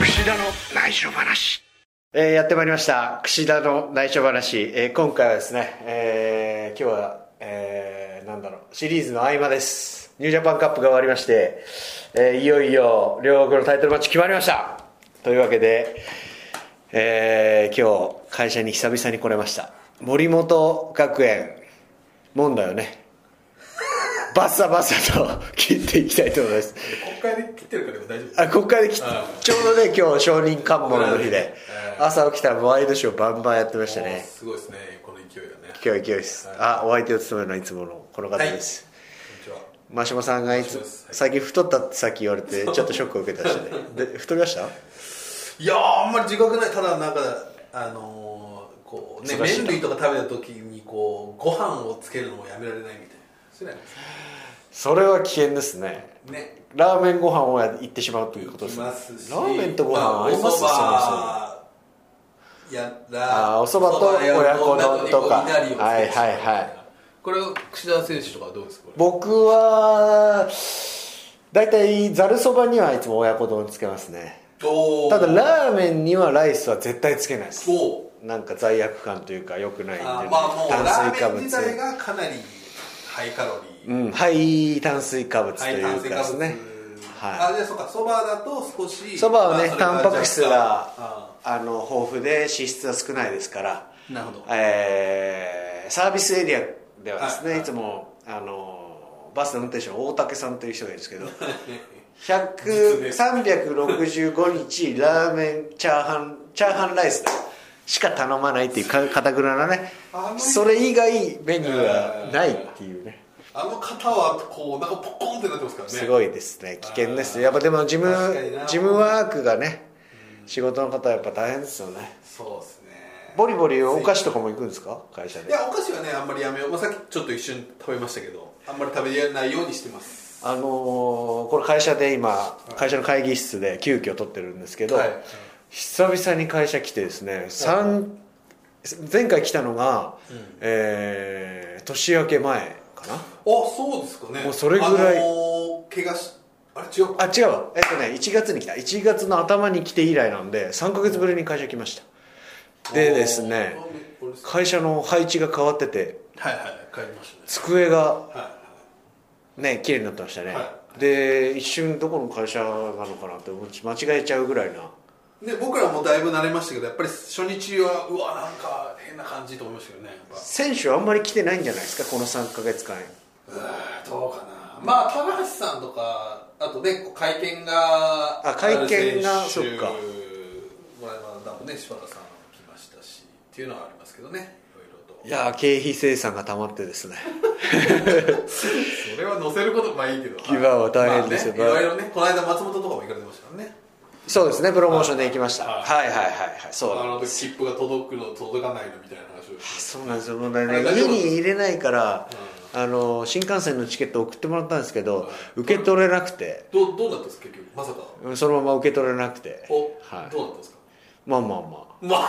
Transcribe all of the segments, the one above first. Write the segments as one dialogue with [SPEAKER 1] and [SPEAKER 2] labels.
[SPEAKER 1] 串田の内緒話えーやってまいりました串田の内緒話、えー今回はですね、えー今日は、えーなんだろうシリーズの合間ですニュージャパンカップが終わりまして、えーいよいよ両国のタイトルマッチ決まりましたというわけで、えー今日会社に久々に来れました森本学園問題をねバッサバッサと 切っていきたいと思います
[SPEAKER 2] 国会で切ってるから大丈
[SPEAKER 1] あ国会で来て
[SPEAKER 2] あ
[SPEAKER 1] ちょうどね今日証人喚問の日で
[SPEAKER 2] うん
[SPEAKER 1] 朝起きたらワイドショーバンバンやってました
[SPEAKER 2] 夫、
[SPEAKER 1] ね
[SPEAKER 2] すごいですねこの勢いがね
[SPEAKER 1] 今日は勢いですあお相手を務めるのはいつものこの方です、
[SPEAKER 2] こんに
[SPEAKER 1] 真島さんがい
[SPEAKER 2] 真
[SPEAKER 1] つ
[SPEAKER 2] 島ですはい
[SPEAKER 1] 最近太ったってさっき言われてちょっとショックを受けたしねで太りました
[SPEAKER 2] ちはいやーあんまり自覚ないただなんかあのー、こうね
[SPEAKER 1] 忙しいな
[SPEAKER 2] 麺類とか食べた時にこうご飯をつけるのをやめられないみたいなそうなんです
[SPEAKER 1] それは危険ですね
[SPEAKER 2] ねね
[SPEAKER 1] ラーメンご飯をやってしまうということですね
[SPEAKER 2] 行きますし
[SPEAKER 1] ラーメンとご
[SPEAKER 2] まあ
[SPEAKER 1] 飯合います
[SPEAKER 2] お
[SPEAKER 1] そもそも
[SPEAKER 2] ばや
[SPEAKER 1] あーお蕎麦と
[SPEAKER 2] ら
[SPEAKER 1] 親子丼とか
[SPEAKER 2] 親子丼にこういなりをつけてしまう
[SPEAKER 1] はいはいはい
[SPEAKER 2] これを櫛田選手とかはどうですかこれ
[SPEAKER 1] 僕は大体ざるそばにはいつも親子丼つけますね
[SPEAKER 2] おー
[SPEAKER 1] ただラーメンにはライスは絶対つけないです
[SPEAKER 2] おー
[SPEAKER 1] なんか罪悪感というか良くないんで、
[SPEAKER 2] あーまあもう
[SPEAKER 1] 炭
[SPEAKER 2] ラ
[SPEAKER 1] 水
[SPEAKER 2] ー
[SPEAKER 1] 化
[SPEAKER 2] メン
[SPEAKER 1] 物
[SPEAKER 2] 自体がかなりハイカロリー、
[SPEAKER 1] うんはい炭水化物と
[SPEAKER 2] ハイ
[SPEAKER 1] いう
[SPEAKER 2] 炭水
[SPEAKER 1] か
[SPEAKER 2] 化
[SPEAKER 1] です
[SPEAKER 2] 物
[SPEAKER 1] ね
[SPEAKER 2] あ
[SPEAKER 1] は
[SPEAKER 2] じゃあそうかそばだと少
[SPEAKER 1] い
[SPEAKER 2] し
[SPEAKER 1] そばはね
[SPEAKER 2] まあれ
[SPEAKER 1] タンパク質が
[SPEAKER 2] 若干あ
[SPEAKER 1] あの豊富で脂質は少ないですから
[SPEAKER 2] ーなるほど
[SPEAKER 1] えーサービスエリアではですね、
[SPEAKER 2] はいい
[SPEAKER 1] つもあのバスの運転手の大竹さんという人がいるんですけ ど100 365日ラーメンチャーハンチャーハンライスしか頼まないっていうかかたぐらなね
[SPEAKER 2] あの
[SPEAKER 1] それ以外メニューはないっていうね
[SPEAKER 2] あの方はこうなんかポコンってなってますからね
[SPEAKER 1] すご
[SPEAKER 2] い
[SPEAKER 1] いですね危険ですよやっぱでも事務
[SPEAKER 2] 確かにな
[SPEAKER 1] 事務ワークがね仕事の方はやっぱ大変ですよね
[SPEAKER 2] そうですね
[SPEAKER 1] ボリボリお菓子とかも行くんですか会社で
[SPEAKER 2] いやお菓子はねあんまりやめよう、まあ、さっきちょっと一瞬食べましたけどあんまり食べないようにしてます
[SPEAKER 1] あのーこれ会社で今会社の会議室で急遽取ってるんですけど、
[SPEAKER 2] はい
[SPEAKER 1] 久々に会社来てですね、三前回来たのが、えー年明け前かな
[SPEAKER 2] あそうですかね
[SPEAKER 1] もうそれぐらい
[SPEAKER 2] あのー、怪我しあれ違う
[SPEAKER 1] あ違うわえっとね1月に来た1月の頭に来て以来なんで3ヶ月ぶりに会社来ましたでですね
[SPEAKER 2] あーこれです
[SPEAKER 1] 会社の配置が変わってて
[SPEAKER 2] はいはい帰りましたね
[SPEAKER 1] 机が
[SPEAKER 2] はいはい
[SPEAKER 1] ね綺麗になってましたね、
[SPEAKER 2] は
[SPEAKER 1] で一瞬どこの会社なのかなって思って間違えちゃうぐらいな
[SPEAKER 2] で僕らもだいぶ慣れましたけどやっぱり初日はうわなんか変な感じと思いましたけどねやっぱ
[SPEAKER 1] 選手はあんまり来てないんじゃないですかこの3ヶ月間
[SPEAKER 2] うーんどうかなまあ高橋さんとかあとね会見が
[SPEAKER 1] あ会見が
[SPEAKER 2] ある選手
[SPEAKER 1] そっか
[SPEAKER 2] まあだもね柴田さん来ましたしっていうのはありますけどねいろいろと
[SPEAKER 1] いやー経費生産がたまってですね
[SPEAKER 2] それは載せることまあいいけど
[SPEAKER 1] 牙は大変ですよ
[SPEAKER 2] まあねいろいろねこの間松本とかも行かれてましたからね
[SPEAKER 1] そうですねプロモーションで行きました
[SPEAKER 2] あ
[SPEAKER 1] はいはいはいはいそう
[SPEAKER 2] あ
[SPEAKER 1] なん
[SPEAKER 2] の
[SPEAKER 1] で
[SPEAKER 2] 時
[SPEAKER 1] す
[SPEAKER 2] 切符が届くの届かないのみたいな話をして
[SPEAKER 1] そうなんですよもうね
[SPEAKER 2] あれ大丈
[SPEAKER 1] 家
[SPEAKER 2] 夫
[SPEAKER 1] に入れないから、あの新幹線のチケット送ってもらったんですけど、
[SPEAKER 2] うん
[SPEAKER 1] 受け取れなくて、
[SPEAKER 2] どうどうなったんですか結局まさか
[SPEAKER 1] うんそのまま受け取れなくて、
[SPEAKER 2] お、
[SPEAKER 1] はい
[SPEAKER 2] どうなったんですか
[SPEAKER 1] まあまあまあ
[SPEAKER 2] まあ
[SPEAKER 1] まあ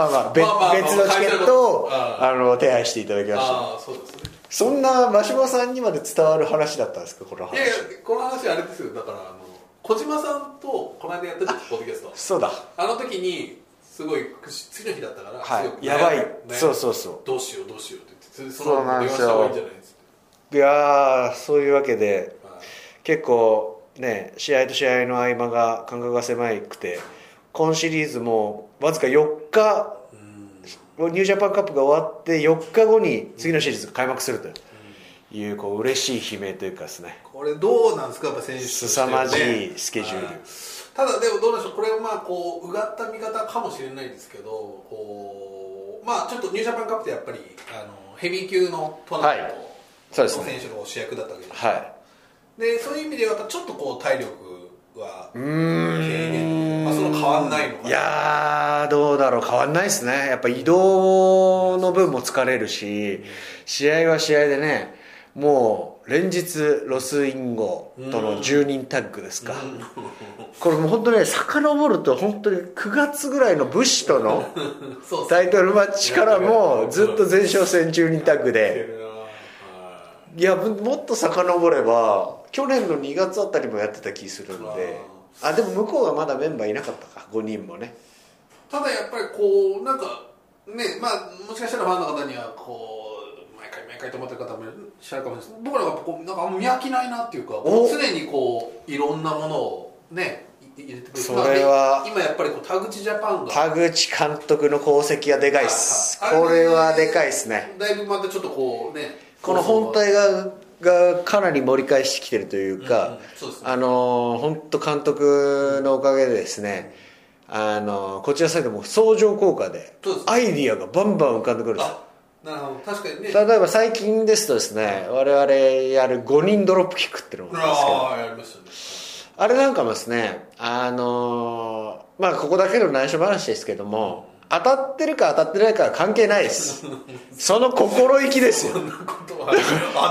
[SPEAKER 1] まあまあべ別のチケットを
[SPEAKER 2] あ
[SPEAKER 1] あの手配していただきました
[SPEAKER 2] あーそうですね
[SPEAKER 1] そんな真島さんにまで伝わる話だったんですかこの
[SPEAKER 2] い
[SPEAKER 1] 話
[SPEAKER 2] やいやこの話あれですよだからあの小島さんとこの間やった時ポッドキャスト
[SPEAKER 1] そうだ
[SPEAKER 2] あの時にすごい次の日だったから、
[SPEAKER 1] は
[SPEAKER 2] すごく
[SPEAKER 1] いや
[SPEAKER 2] 悩
[SPEAKER 1] ばい、
[SPEAKER 2] 悩
[SPEAKER 1] そうそうそ
[SPEAKER 2] どうしようどうしようって言ってそ
[SPEAKER 1] そう
[SPEAKER 2] の
[SPEAKER 1] なん
[SPEAKER 2] 電
[SPEAKER 1] です
[SPEAKER 2] 話し
[SPEAKER 1] よ
[SPEAKER 2] た方がいいんじゃないですか
[SPEAKER 1] ういやーそういうわけで
[SPEAKER 2] はい
[SPEAKER 1] 結構ね試合と試合の合間が間隔が狭くて今シリーズもわずか4日
[SPEAKER 2] うん
[SPEAKER 1] ニュージャパンカップが終わって4日後に次のシリーズが開幕するというこう嬉しい悲鳴というかですね
[SPEAKER 2] これどうなんですかやっぱ選手として
[SPEAKER 1] 凄
[SPEAKER 2] は
[SPEAKER 1] まじいスケジュール
[SPEAKER 2] はいただでもどうでしょうこれはまあこううがった見方かもしれないですけどこうまあちょっとニュージャパンカップってやっぱりあのヘビー級のトーナメン
[SPEAKER 1] はい
[SPEAKER 2] ト
[SPEAKER 1] そう
[SPEAKER 2] の
[SPEAKER 1] ですね
[SPEAKER 2] 選手の主役だったわけです
[SPEAKER 1] はい
[SPEAKER 2] でそういう意味ではちょっとこう体力は
[SPEAKER 1] うーん
[SPEAKER 2] まあその変わんないのかない
[SPEAKER 1] やーどうだろう変わんないですねやっぱ移動の分も疲れるし試合は試合でねもう連日ロスインゴとの10人タッグですかこれもう本当ね遡ると本当に9月ぐらいのブッシュと の
[SPEAKER 2] そうです
[SPEAKER 1] タイトルマッチからもうずっと前哨戦10人タッグで
[SPEAKER 2] ね
[SPEAKER 1] いやももっと遡れば去年の2月あたりもやってた気するんであでも向こうはまだメンバーいなかったか5人もね
[SPEAKER 2] ただやっぱりこうなんかねまあもしかしたらファンの方にはこう毎回毎回と思ってる方もいらっしゃるかもしれないです僕らはこうなんかあんま見飽きないなっていうか
[SPEAKER 1] お
[SPEAKER 2] 常にこういろんなものをねい入れてくる
[SPEAKER 1] それは
[SPEAKER 2] まあね今やっぱりこう田口ジャパンが
[SPEAKER 1] 田口監督の功績はでかいっす
[SPEAKER 2] はいはい
[SPEAKER 1] これはでかいっすね
[SPEAKER 2] だいぶまたちょっとこうね
[SPEAKER 1] この本体側がかなり盛り返してきてるという
[SPEAKER 2] うんう
[SPEAKER 1] か
[SPEAKER 2] ん、そうですね
[SPEAKER 1] あの本当監督のおかげでですね、あのこちらサイドも相乗効果で
[SPEAKER 2] そうですね
[SPEAKER 1] アイディアがバンバン浮かんでくるんですよ
[SPEAKER 2] あなるほど確かにね
[SPEAKER 1] 例えば最近ですとですね我々やる5人ドロップキックっていうのもあるんですけど
[SPEAKER 2] ああやりましたね
[SPEAKER 1] あれなんかもですねあのーまあここだけの内緒話ですけども当たってるか当たってないかは関係ないです その心意気ですよ
[SPEAKER 2] そんなことは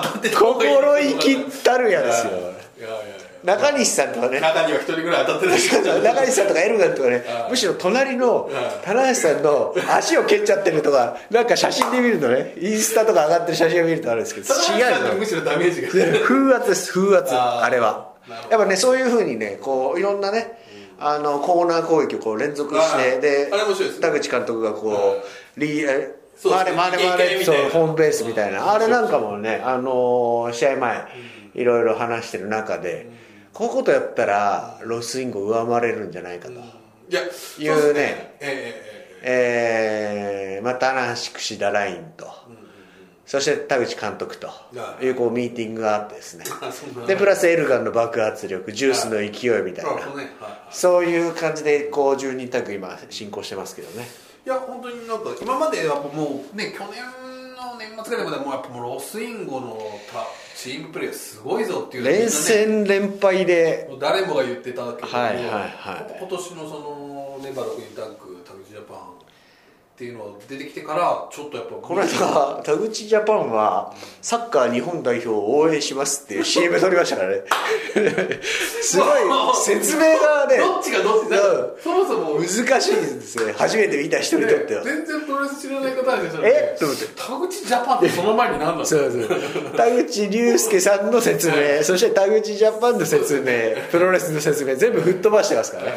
[SPEAKER 2] 当たってた方がいい
[SPEAKER 1] 心意気たるや ですよ
[SPEAKER 2] いやいやいや
[SPEAKER 1] 中西さんとかね
[SPEAKER 2] 中には一人ぐらい当たってないですけど
[SPEAKER 1] 中西さんとかエルガンとかね
[SPEAKER 2] うん
[SPEAKER 1] むしろ隣の
[SPEAKER 2] うん
[SPEAKER 1] 棚橋さんの足を蹴っちゃってるとかなんか写真で見るとねインスタとか上がってる写真を見るとあるんですけど違うの
[SPEAKER 2] むしろダメージが
[SPEAKER 1] 風圧です風圧
[SPEAKER 2] あ
[SPEAKER 1] あ
[SPEAKER 2] ー
[SPEAKER 1] れは
[SPEAKER 2] なるほど
[SPEAKER 1] やっぱねそういうふうにねこういろんなね、あのコーナー攻撃をこう連続し
[SPEAKER 2] あ
[SPEAKER 1] て
[SPEAKER 2] ー
[SPEAKER 1] で
[SPEAKER 2] あれ面白いですね
[SPEAKER 1] 田口監督がこうリえ
[SPEAKER 2] そうです
[SPEAKER 1] 回れ
[SPEAKER 2] ね
[SPEAKER 1] 回れ回れ
[SPEAKER 2] いけいけみ
[SPEAKER 1] そ
[SPEAKER 2] たいな
[SPEAKER 1] うホームベースみたい
[SPEAKER 2] うん
[SPEAKER 1] なあれなんかもねあのー試合前いろいろ話してる中でこういうことやったらロスインゴ上回れるんじゃないかと
[SPEAKER 2] いや
[SPEAKER 1] 言うね
[SPEAKER 2] ええ
[SPEAKER 1] え
[SPEAKER 2] えええ
[SPEAKER 1] ーまた棚橋櫛田ラインと
[SPEAKER 2] えうんうんうん
[SPEAKER 1] そして田口監督というこうミーティングがあってです ね
[SPEAKER 2] あそんな
[SPEAKER 1] でプラスエルガンの爆発力ジュースの勢いみたい
[SPEAKER 2] なる
[SPEAKER 1] な
[SPEAKER 2] ほどねはいはい
[SPEAKER 1] そういう感じでこう12択今進行してますけどね
[SPEAKER 2] いや本当になんか今までやっぱもうね去年の年末ぐらいまでもうやっぱもうロスインゴのたチームプレーすごいぞっていうのをみ
[SPEAKER 1] 連
[SPEAKER 2] んなね
[SPEAKER 1] 戦連敗で
[SPEAKER 2] もう誰もが言ってたけど、
[SPEAKER 1] はいはいはい
[SPEAKER 2] やっぱ今年のそのねバロクインタッグタグジャパンっていうのが出てきてからちょっとやっぱ
[SPEAKER 1] この間田口ジャパンはサッカー日本代表を応援しますっていう CM 撮りましたからね すごい説明がね
[SPEAKER 2] どっちがどっちだ、
[SPEAKER 1] う
[SPEAKER 2] そもそも
[SPEAKER 1] 難しいんですよ初めて見た人にとっては
[SPEAKER 2] 全然プロレス知らない方ですよ
[SPEAKER 1] えと思って
[SPEAKER 2] 田口ジャパンってその前に何だ
[SPEAKER 1] そうそう田口龍介さんの説明そして田口ジャパンの説明プロレスの説明全部吹っ飛ばしてますからね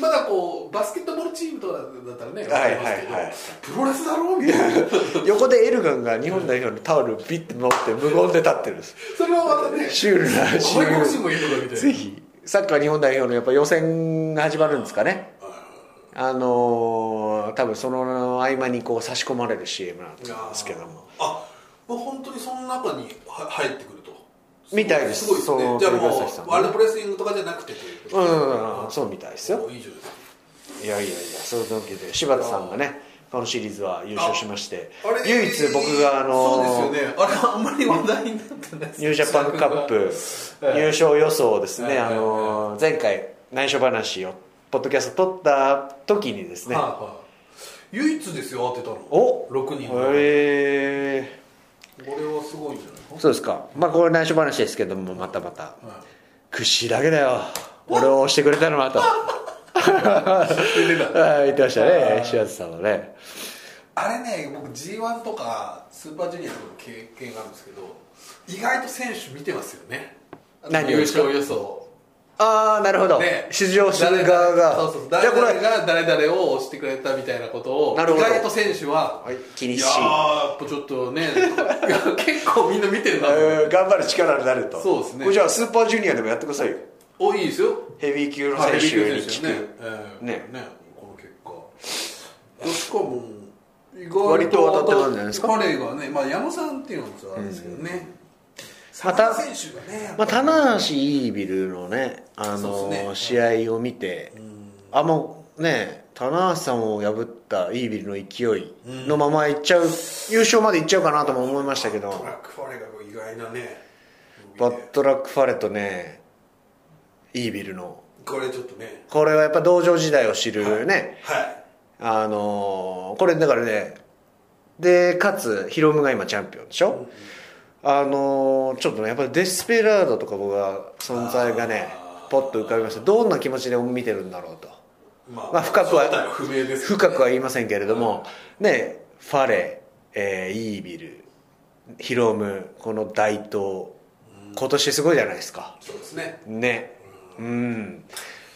[SPEAKER 2] まだこうバスケットボールチームとかだったらねわ
[SPEAKER 1] は
[SPEAKER 2] か
[SPEAKER 1] い
[SPEAKER 2] り
[SPEAKER 1] はい
[SPEAKER 2] ま
[SPEAKER 1] はい
[SPEAKER 2] すけど、プロレスだろ みたいな
[SPEAKER 1] 横でエルガンが日本代表のタオルをビッて持って無言で立ってるんです
[SPEAKER 2] それはまたね
[SPEAKER 1] シュールなシ
[SPEAKER 2] 外国人
[SPEAKER 1] ー
[SPEAKER 2] もいるのかみ
[SPEAKER 1] ル
[SPEAKER 2] たいな
[SPEAKER 1] ぜひサッカー日本代表のやっぱ予選が始まるんですかねあのー、多分その合間にこう差し込まれる CM なんですけども
[SPEAKER 2] あもう本当にその中には入ってくると
[SPEAKER 1] みたいです
[SPEAKER 2] すごいです
[SPEAKER 1] そ
[SPEAKER 2] ね
[SPEAKER 1] う
[SPEAKER 2] じゃあもう
[SPEAKER 1] テレビ朝日さんね
[SPEAKER 2] ワールドプレスリングとかじゃなくてということ
[SPEAKER 1] うん
[SPEAKER 2] で
[SPEAKER 1] うんうんそうみたいですよ
[SPEAKER 2] おいいじゃないですか
[SPEAKER 1] いやいやいやそういうわけで柴田さんがねこのシリーズは優勝しまして
[SPEAKER 2] あれ
[SPEAKER 1] 唯一僕があの
[SPEAKER 2] そうですよねあれあんまり話題になってないです
[SPEAKER 1] ニュージャパンカップ
[SPEAKER 2] はい
[SPEAKER 1] 優勝予想をですね、あ
[SPEAKER 2] はい
[SPEAKER 1] の前回内緒話をポッドキャスト撮った時にですね、
[SPEAKER 2] はいはい唯一ですよ当てたの
[SPEAKER 1] お
[SPEAKER 2] 6人の
[SPEAKER 1] へえ
[SPEAKER 2] これはすごいんじゃないか
[SPEAKER 1] そうですかまあこれ内緒話ですけどもまたまた
[SPEAKER 2] な、はい
[SPEAKER 1] 串だけだよ俺を押してくれたのは と
[SPEAKER 2] 出てた
[SPEAKER 1] はい言ってましたね
[SPEAKER 2] あー
[SPEAKER 1] 白田さんはね
[SPEAKER 2] あれね僕 G1 とかスーパージュニアとかの経験があるんですけど意外と選手見てますよね
[SPEAKER 1] 何を
[SPEAKER 2] 優
[SPEAKER 1] ですか
[SPEAKER 2] 勝予想
[SPEAKER 1] ああなるほど、
[SPEAKER 2] ね
[SPEAKER 1] 出場する側が
[SPEAKER 2] そうそうそう
[SPEAKER 1] じゃあ
[SPEAKER 2] 誰
[SPEAKER 1] こ
[SPEAKER 2] 々
[SPEAKER 1] れ
[SPEAKER 2] が誰々を押してくれたみたいなことを
[SPEAKER 1] なるほど
[SPEAKER 2] 意外と選手は、
[SPEAKER 1] はい気
[SPEAKER 2] い、
[SPEAKER 1] にし
[SPEAKER 2] やーやっぱちょっとね いや結構みんな見てるな、
[SPEAKER 1] えー頑張る力になると
[SPEAKER 2] そうですね
[SPEAKER 1] これじゃあスーパージュニアでもやってくださいよ
[SPEAKER 2] 多いですよ
[SPEAKER 1] ヘビー級の
[SPEAKER 2] は
[SPEAKER 1] 選
[SPEAKER 2] い
[SPEAKER 1] 手に聞
[SPEAKER 2] 選手
[SPEAKER 1] く、
[SPEAKER 2] ねえー
[SPEAKER 1] ね
[SPEAKER 2] ねこの結果しかも意外
[SPEAKER 1] 割と当たってたんじゃないですか
[SPEAKER 2] 彼がね、まあ、矢野さんっていうのもそうなんですけどね、
[SPEAKER 1] ま
[SPEAKER 2] 佐
[SPEAKER 1] た
[SPEAKER 2] 田選手がね、
[SPEAKER 1] まあ、棚橋イービルのね、あ
[SPEAKER 2] そ
[SPEAKER 1] の
[SPEAKER 2] うですね
[SPEAKER 1] 試合を見て、あもうね、棚橋さんを破ったイービルの勢いのままいっちゃう、優勝までいっちゃうかなとも思いましたけ
[SPEAKER 2] バット
[SPEAKER 1] ど
[SPEAKER 2] ラ、ックファレがこう意外なね、
[SPEAKER 1] バットラック・ファレとね、イービルの、
[SPEAKER 2] これちょっとね、
[SPEAKER 1] これはやっぱ道場時代を知るね、
[SPEAKER 2] はい、
[SPEAKER 1] あのーこれだからね、で、かつ、ヒロムが今チャンピオンでしょ、あのーちょっとね、やっぱりデスペラードとか僕は存在がね
[SPEAKER 2] あ、ー
[SPEAKER 1] ポッと浮かびました。どんな気持ちで見てるんだろうと。
[SPEAKER 2] ま
[SPEAKER 1] まあ深くは
[SPEAKER 2] 正体不明ですけど
[SPEAKER 1] 深くは言いませんけれども、ね、ファレ、えーイービル、ヒロムこの大東今年すごいじゃないですか
[SPEAKER 2] そうですね
[SPEAKER 1] ねうん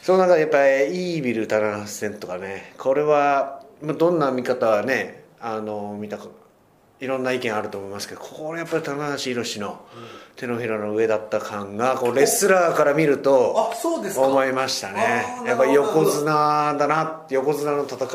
[SPEAKER 1] その中でやっぱりイービル7 8戦とかねこれはまあどんな見方はねあの見たかいろんな意見あると思いますけどこれやっぱり棚橋宏の手のひらの上だった感がこうレスラーから見ると
[SPEAKER 2] あそうですか
[SPEAKER 1] 思いましたね
[SPEAKER 2] あー
[SPEAKER 1] やっぱり
[SPEAKER 2] なるほど
[SPEAKER 1] 横綱だな横綱の戦い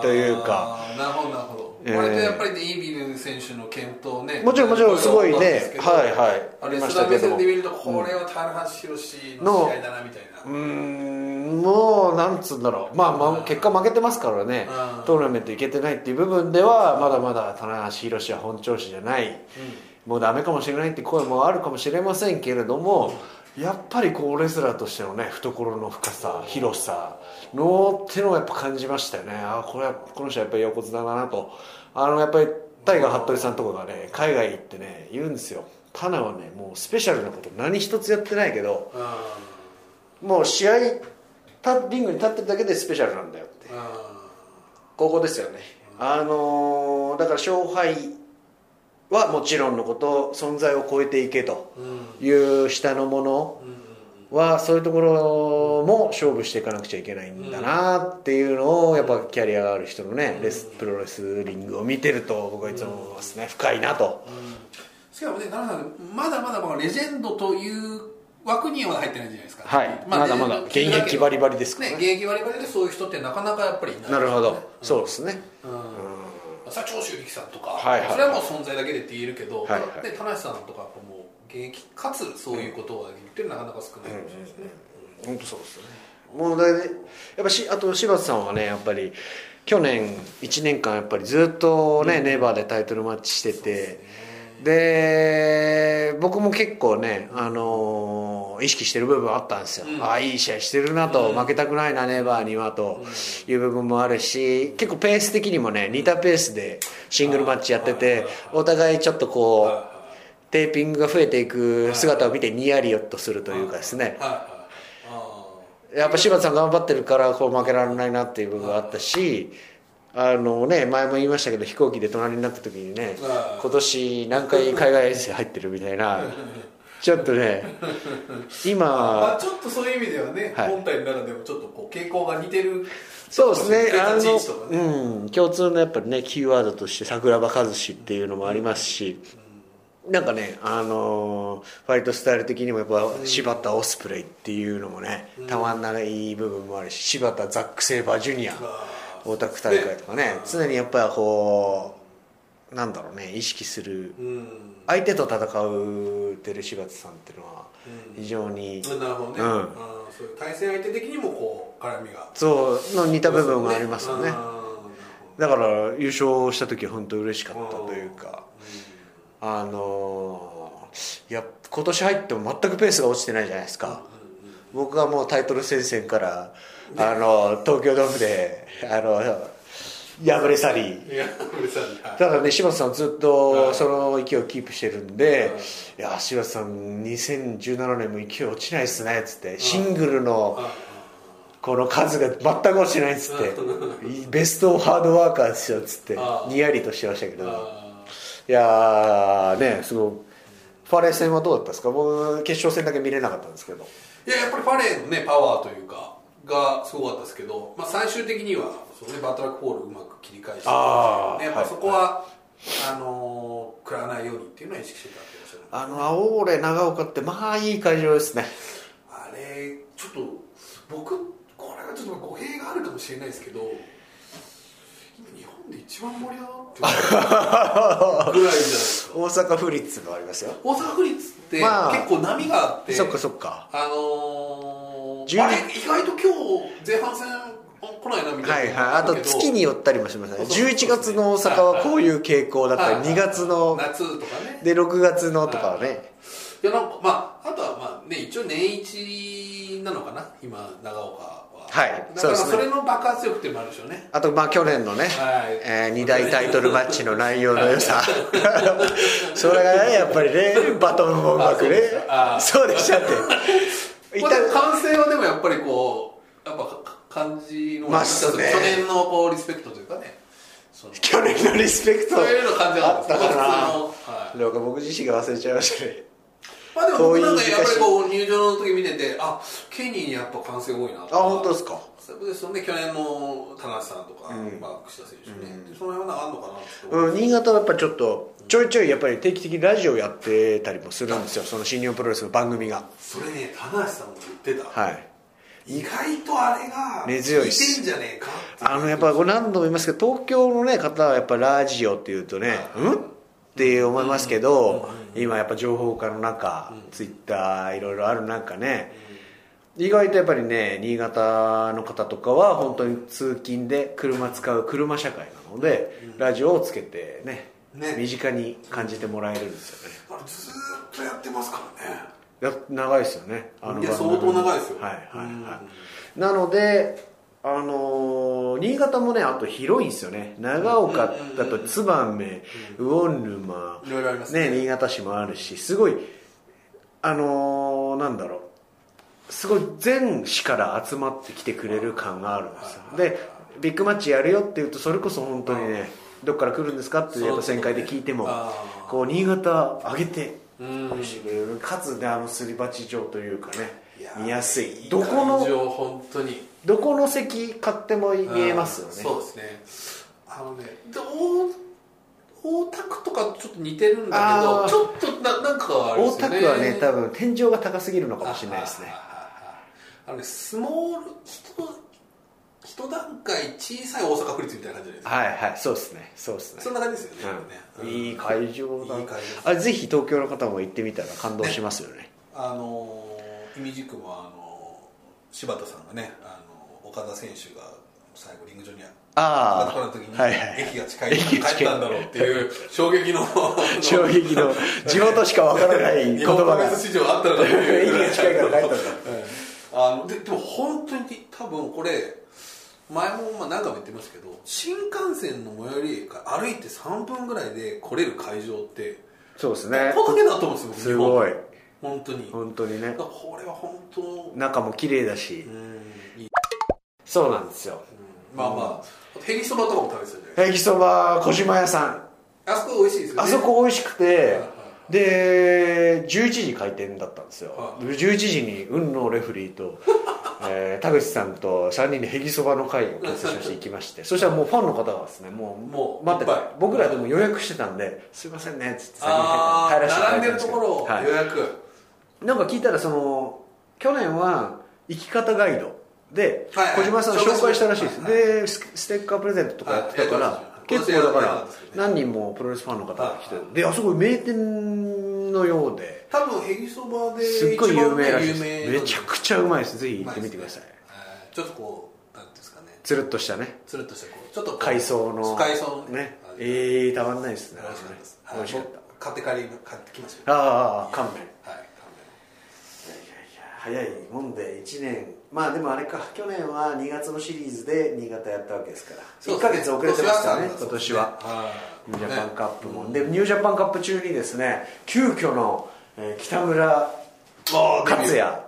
[SPEAKER 1] というか
[SPEAKER 2] あーなるほどなるほど、
[SPEAKER 1] えー
[SPEAKER 2] これでやっぱりねイービル選手の健闘ね
[SPEAKER 1] もちろんもちろんすごいねはいはい
[SPEAKER 2] あ
[SPEAKER 1] あ
[SPEAKER 2] れ
[SPEAKER 1] りま
[SPEAKER 2] ス
[SPEAKER 1] し
[SPEAKER 2] ラ
[SPEAKER 1] た
[SPEAKER 2] 目
[SPEAKER 1] けど
[SPEAKER 2] 線
[SPEAKER 1] も
[SPEAKER 2] で見るとこれは棚橋宏の試合だなみたいな、
[SPEAKER 1] うーんもうなんつうんだろうまあ、まあ、結果負けてますからね
[SPEAKER 2] うん
[SPEAKER 1] トーナメントいけてないっていう部分ではまだまだ棚橋宏は本調子じゃない、もうダメかもしれないって声もあるかもしれませんけれどもやっぱりこうレスラーとしてのね懐の深さ広さのっていうのをやっぱ感じましたよねあこれはこの人はやっぱり横綱だなとあのやっぱりタイガー服部さんとかがね海外行ってね言うんですよタナはねもうスペシャルなこと何一つやってないけど
[SPEAKER 2] うんうん
[SPEAKER 1] もう試合たリングに立ってるだけでスペシャルなんだよってここですよねあのーだから勝敗はもちろんのこと存在を超えていけと
[SPEAKER 2] うんうん
[SPEAKER 1] いう下のもの
[SPEAKER 2] うん
[SPEAKER 1] はそういうところも勝負していかなくちゃいけないんだなっていうのをやっぱキャリアがある人のねレスプロレスリングを見てると僕はいつも思いますね深いなと
[SPEAKER 2] しかもね、奈良さん、まだまだまあレジェンドという枠には入ってないじゃないですか。
[SPEAKER 1] はいまだまだ現役バリバリですから
[SPEAKER 2] ね。
[SPEAKER 1] ね
[SPEAKER 2] 現役バリバリでそういう人ってなかなかやっぱりいない。
[SPEAKER 1] なるほどそうですね
[SPEAKER 2] うん。まあ、それは長州力さんとか、
[SPEAKER 1] はいはい
[SPEAKER 2] それはもう存在だけでって言えるけど、
[SPEAKER 1] はいはい
[SPEAKER 2] で田中さんとかやっぱもう現役かつそういうことを言ってるのはなかなか少ないかもしれないですね。
[SPEAKER 1] 本当そうですよねもうだいやっぱしあと柴田さんはねやっぱり去年1年間やっぱりずっとね、ネバーでタイトルマッチしててで僕も結構ね、あのー意識してる部分あったんですよ、
[SPEAKER 2] うん
[SPEAKER 1] ああいい試合してるなと、負けたくないなネバーにはという部分もあるし結構ペース的にもね似たペースでシングルマッチやって
[SPEAKER 2] はい
[SPEAKER 1] て
[SPEAKER 2] はい
[SPEAKER 1] お互いちょっとこう、
[SPEAKER 2] はい
[SPEAKER 1] テーピングが増えていく姿を見てニヤリよっとするというかですね、
[SPEAKER 2] はいはいあ
[SPEAKER 1] やっぱ柴田さん頑張ってるからこう負けられないなっていう部分があったしあのね前も言いましたけど飛行機で隣になった時にね
[SPEAKER 2] うん
[SPEAKER 1] 今年何回海外遠征入ってるみたいなちょっとね
[SPEAKER 2] ー。ま
[SPEAKER 1] 今
[SPEAKER 2] あちょっとそういう意味ではね、
[SPEAKER 1] はい
[SPEAKER 2] 本体の中でもちょっとこう傾向が似てる。
[SPEAKER 1] そうですねあ
[SPEAKER 2] 傾向が似てる地域とかね
[SPEAKER 1] のうん共通のやっぱりねキーワードとして桜庭和志っていうのもありますしなんかねあのファイトスタイル的にもやっぱ柴田オスプレイっていうのもねたまんない部分もあるし柴田ザック・セイバージュニア
[SPEAKER 2] あ
[SPEAKER 1] 大田区大会とかね常にやっぱりこうなんだろうね意識する
[SPEAKER 2] ーうん。
[SPEAKER 1] 相手と戦うてる柴田さんっていうのは
[SPEAKER 2] うん
[SPEAKER 1] 非常に
[SPEAKER 2] なるほどね、
[SPEAKER 1] うん
[SPEAKER 2] あーそういう対戦相手的にもこう絡みが
[SPEAKER 1] そうの似た部分がありますよね
[SPEAKER 2] あーな
[SPEAKER 1] だか
[SPEAKER 2] る
[SPEAKER 1] ら優勝した時は本当嬉しかったというか
[SPEAKER 2] ほ
[SPEAKER 1] あのーいや今年入っても全くペースが落ちてないじゃないですか僕はもうタイトル戦線からあの東京ドームであの敗れ去り
[SPEAKER 2] どいやうるさいな
[SPEAKER 1] ただね柴田さんずっと
[SPEAKER 2] い
[SPEAKER 1] その勢いをキープしてるんで「いや柴田さん2017年も勢い落ちないっすね」っつってシングルのこの数が全く落ちてないっつって「ベストハードワーカーですよ」っつって
[SPEAKER 2] あ
[SPEAKER 1] にやりとしてましたけど
[SPEAKER 2] あ
[SPEAKER 1] いやーねすごいファレー戦はどうだったですか僕決勝戦だけ見れなかったんですけど
[SPEAKER 2] ーいややっぱりファレーのねパワーというかがすごかったですけど、まあ、最終的にはそのねバトラックホールをうまく切り返して
[SPEAKER 1] あー
[SPEAKER 2] ねやっぱそこは、あのー食らわないようにっていうのは意識してたっておっしゃる
[SPEAKER 1] あの青俺長岡ってまあいい会場ですね
[SPEAKER 2] あれちょっと僕これはちょっと語弊があるかもしれないですけど今日本で一番盛り上がってるぐらいじゃないですか
[SPEAKER 1] 大阪府立もありますよ
[SPEAKER 2] 大阪府立って結
[SPEAKER 1] まあ
[SPEAKER 2] 構波があって、
[SPEAKER 1] そっかそっか
[SPEAKER 2] あの
[SPEAKER 1] 12
[SPEAKER 2] ー、あれ意外と今日前半戦来ないなみ
[SPEAKER 1] は
[SPEAKER 2] たい
[SPEAKER 1] い
[SPEAKER 2] な
[SPEAKER 1] はい、あと月によったりもしますね11月の大阪はこういう傾向だ
[SPEAKER 2] だ
[SPEAKER 1] ったり2月の
[SPEAKER 2] 夏とかね
[SPEAKER 1] で6月のとかはね
[SPEAKER 2] いやなんかまああとはまあね一応年一なのかな今長岡は
[SPEAKER 1] はい
[SPEAKER 2] だ
[SPEAKER 1] そ
[SPEAKER 2] か
[SPEAKER 1] う
[SPEAKER 2] ら
[SPEAKER 1] ですね
[SPEAKER 2] それの爆発力っていうのもあるでしょうね
[SPEAKER 1] あとまあ去年のね、
[SPEAKER 2] はい
[SPEAKER 1] え2大タイトルマッチの内容の良さ それがねやっぱりねバトンもうまくね
[SPEAKER 2] あ
[SPEAKER 1] そうで したって一
[SPEAKER 2] まあ、でも
[SPEAKER 1] 旦
[SPEAKER 2] 完成はでもやっぱりこうやっぱか感じの
[SPEAKER 1] まあっすね
[SPEAKER 2] 去年のこうリスペクトというかねその
[SPEAKER 1] 去年のリスペクト
[SPEAKER 2] そういうの感じ
[SPEAKER 1] あ
[SPEAKER 2] が
[SPEAKER 1] ったかな
[SPEAKER 2] はい、
[SPEAKER 1] なんか僕自身が忘れちゃいましたね
[SPEAKER 2] まあでも僕なんか
[SPEAKER 1] そういう
[SPEAKER 2] やっぱりこう入場の時見ててあケニーにやっぱ歓声多いなと
[SPEAKER 1] あ
[SPEAKER 2] か
[SPEAKER 1] 本当ですか
[SPEAKER 2] そうですよね去年の高橋さんと
[SPEAKER 1] う
[SPEAKER 2] か、
[SPEAKER 1] ん
[SPEAKER 2] まあ、串田選手ね、でその辺はなんかあんのかなって思う、
[SPEAKER 1] うん、新潟はやっぱちょっとちょいちょいやっぱり定期的にラジオやってたりもするんですよその新日本プロレスの番組が
[SPEAKER 2] それね高橋さんも言ってた、
[SPEAKER 1] はい
[SPEAKER 2] 意外とあれが
[SPEAKER 1] 根強いっ
[SPEAKER 2] っ
[SPEAKER 1] す
[SPEAKER 2] てんじゃねえかって
[SPEAKER 1] あのやっぱこれ何度も言いますけど東京の、ね、方はやっぱラジオっていうとねうんって思いますけど、今やっぱ情報化の中、ツイッターいろいろある中ね、意外とやっぱりね新潟の方とかは本当に通勤で車使う車社会なので、ラジオをつけてね
[SPEAKER 2] ね
[SPEAKER 1] 身近に感じてもらえるんですよね
[SPEAKER 2] あれずーっとやってますからね
[SPEAKER 1] や長いですよねあの
[SPEAKER 2] いや
[SPEAKER 1] 番組
[SPEAKER 2] 相当長いですよ
[SPEAKER 1] はいはいはいなのであのー新潟もねあと広いんですよね長岡だと燕魚沼
[SPEAKER 2] いろいろありますね
[SPEAKER 1] ね新潟市もあるしすごいあのーなんだろうすごい全市から集まってきてくれる感があるんですよでビッグマッチやるよっていうとそれこそ本当にねどっから来るんですかってやっぱ旋回で聞いても
[SPEAKER 2] あー
[SPEAKER 1] こう新潟上げて
[SPEAKER 2] うん
[SPEAKER 1] 愛してくれるかつねあのすり鉢状というかね
[SPEAKER 2] いや
[SPEAKER 1] 見やすい
[SPEAKER 2] い
[SPEAKER 1] どこ
[SPEAKER 2] 感
[SPEAKER 1] の
[SPEAKER 2] 情本当に
[SPEAKER 1] どこの席買っても見えますよね
[SPEAKER 2] うんそうですねあのねで大大田区とかちょっと似てるんだけ
[SPEAKER 1] あー
[SPEAKER 2] どちょっとななんかあれで
[SPEAKER 1] 大
[SPEAKER 2] す
[SPEAKER 1] 田
[SPEAKER 2] よね
[SPEAKER 1] 区はね多分天井が高すぎるのかもしれないですね
[SPEAKER 2] あああああのねスモール一一段階小さい大阪府立みたいな感じじゃない
[SPEAKER 1] はいはいそうですねそうです
[SPEAKER 2] で
[SPEAKER 1] ね
[SPEAKER 2] すかそんな感じですよね
[SPEAKER 1] う
[SPEAKER 2] 多
[SPEAKER 1] ん
[SPEAKER 2] 分ね
[SPEAKER 1] いい会場だ
[SPEAKER 2] いい会場
[SPEAKER 1] あぜひ東京の方も行ってみたら感動しますよ ね
[SPEAKER 2] あのー、イミジクもあのー柴田さんがね、あのー岡田選手が最後リング上に
[SPEAKER 1] あ
[SPEAKER 2] バ
[SPEAKER 1] あ
[SPEAKER 2] タコの時に、
[SPEAKER 1] はいはい
[SPEAKER 2] 駅が近いから帰ったんだろうっていう衝 撃の
[SPEAKER 1] 衝撃 の地元しかわからない
[SPEAKER 2] 日
[SPEAKER 1] 言
[SPEAKER 2] 本
[SPEAKER 1] 葉
[SPEAKER 2] プロ
[SPEAKER 1] が
[SPEAKER 2] レス市場あったのかっていう
[SPEAKER 1] 駅が近いから帰ったんだ
[SPEAKER 2] あのででも本当に多分これ前もまあ何回も言ってますけど新幹線の最寄り駅から歩いて3分ぐらいで来れる会場って
[SPEAKER 1] そうですね
[SPEAKER 2] ここだけだと思うんです
[SPEAKER 1] す
[SPEAKER 2] よ
[SPEAKER 1] ごい
[SPEAKER 2] 日本本当に、
[SPEAKER 1] 本当にね
[SPEAKER 2] だからこれは本当
[SPEAKER 1] 中も綺麗だし
[SPEAKER 2] うんいい
[SPEAKER 1] そうなんですよ
[SPEAKER 2] まあまあヘリそばとかも食べてたじゃないですか
[SPEAKER 1] 駅そば小島屋さん
[SPEAKER 2] あそこ美味しいですよ
[SPEAKER 1] あ
[SPEAKER 2] ね
[SPEAKER 1] そこ美味しくて
[SPEAKER 2] は
[SPEAKER 1] で11時開店だったんですよ
[SPEAKER 2] はい
[SPEAKER 1] 11時に運のレフリー とえー田口さんと3人でへぎそばの会を結成しまして行きましてそしたらもうファンの方がですねもう
[SPEAKER 2] もう
[SPEAKER 1] 待って
[SPEAKER 2] いっぱい
[SPEAKER 1] 僕らでも予約してたんで「すいませんね」っつって先に
[SPEAKER 2] あ
[SPEAKER 1] 入
[SPEAKER 2] あ
[SPEAKER 1] らせていただ
[SPEAKER 2] 並
[SPEAKER 1] い
[SPEAKER 2] ん
[SPEAKER 1] たんで
[SPEAKER 2] でる
[SPEAKER 1] す
[SPEAKER 2] と
[SPEAKER 1] け
[SPEAKER 2] こ
[SPEAKER 1] ど
[SPEAKER 2] ろを
[SPEAKER 1] はい
[SPEAKER 2] 予約、
[SPEAKER 1] なんか聞いたらその去年は生き方ガイドで
[SPEAKER 2] はいはい
[SPEAKER 1] 小島さんを紹介したらしいです、
[SPEAKER 2] はいはい
[SPEAKER 1] でスステッカープレゼントとかやってたから、
[SPEAKER 2] はいやってま
[SPEAKER 1] 結
[SPEAKER 2] したよ
[SPEAKER 1] 構だか
[SPEAKER 2] やっ
[SPEAKER 1] ら
[SPEAKER 2] てましたよ
[SPEAKER 1] 何人もプロレスファンの方が来て、
[SPEAKER 2] はいはい
[SPEAKER 1] であそこ名店のようで
[SPEAKER 2] 多分ヘギそばです
[SPEAKER 1] っ
[SPEAKER 2] 一
[SPEAKER 1] ご
[SPEAKER 2] 番
[SPEAKER 1] い有名らしい
[SPEAKER 2] 有
[SPEAKER 1] です
[SPEAKER 2] 名
[SPEAKER 1] めちゃくちゃうまいですぜひ行ってみてください、
[SPEAKER 2] ちょっとこうなんていうんですかね
[SPEAKER 1] つるっとしたね
[SPEAKER 2] つるっとしたこうちょっとこう
[SPEAKER 1] 海藻の
[SPEAKER 2] 海藻の
[SPEAKER 1] ね
[SPEAKER 2] 味美味
[SPEAKER 1] ええー、たまんないですね
[SPEAKER 2] しかったです
[SPEAKER 1] 美味しかっ
[SPEAKER 2] はい僕買って帰り買ってきました
[SPEAKER 1] た
[SPEAKER 2] よ
[SPEAKER 1] ああ乾麺
[SPEAKER 2] はい
[SPEAKER 1] いやいやいや早いもんで1年まあでもあれか去年は2月のシリーズで新潟やったわけですから
[SPEAKER 2] そう
[SPEAKER 1] 1
[SPEAKER 2] です
[SPEAKER 1] か
[SPEAKER 2] ね
[SPEAKER 1] 月遅れてますからね今
[SPEAKER 2] 今
[SPEAKER 1] 年
[SPEAKER 2] 年
[SPEAKER 1] は
[SPEAKER 2] は
[SPEAKER 1] ニュージ
[SPEAKER 2] はい
[SPEAKER 1] ャパンカップも、でニュージャパンカップ中にですね急遽の、えー北村
[SPEAKER 2] あー
[SPEAKER 1] 克也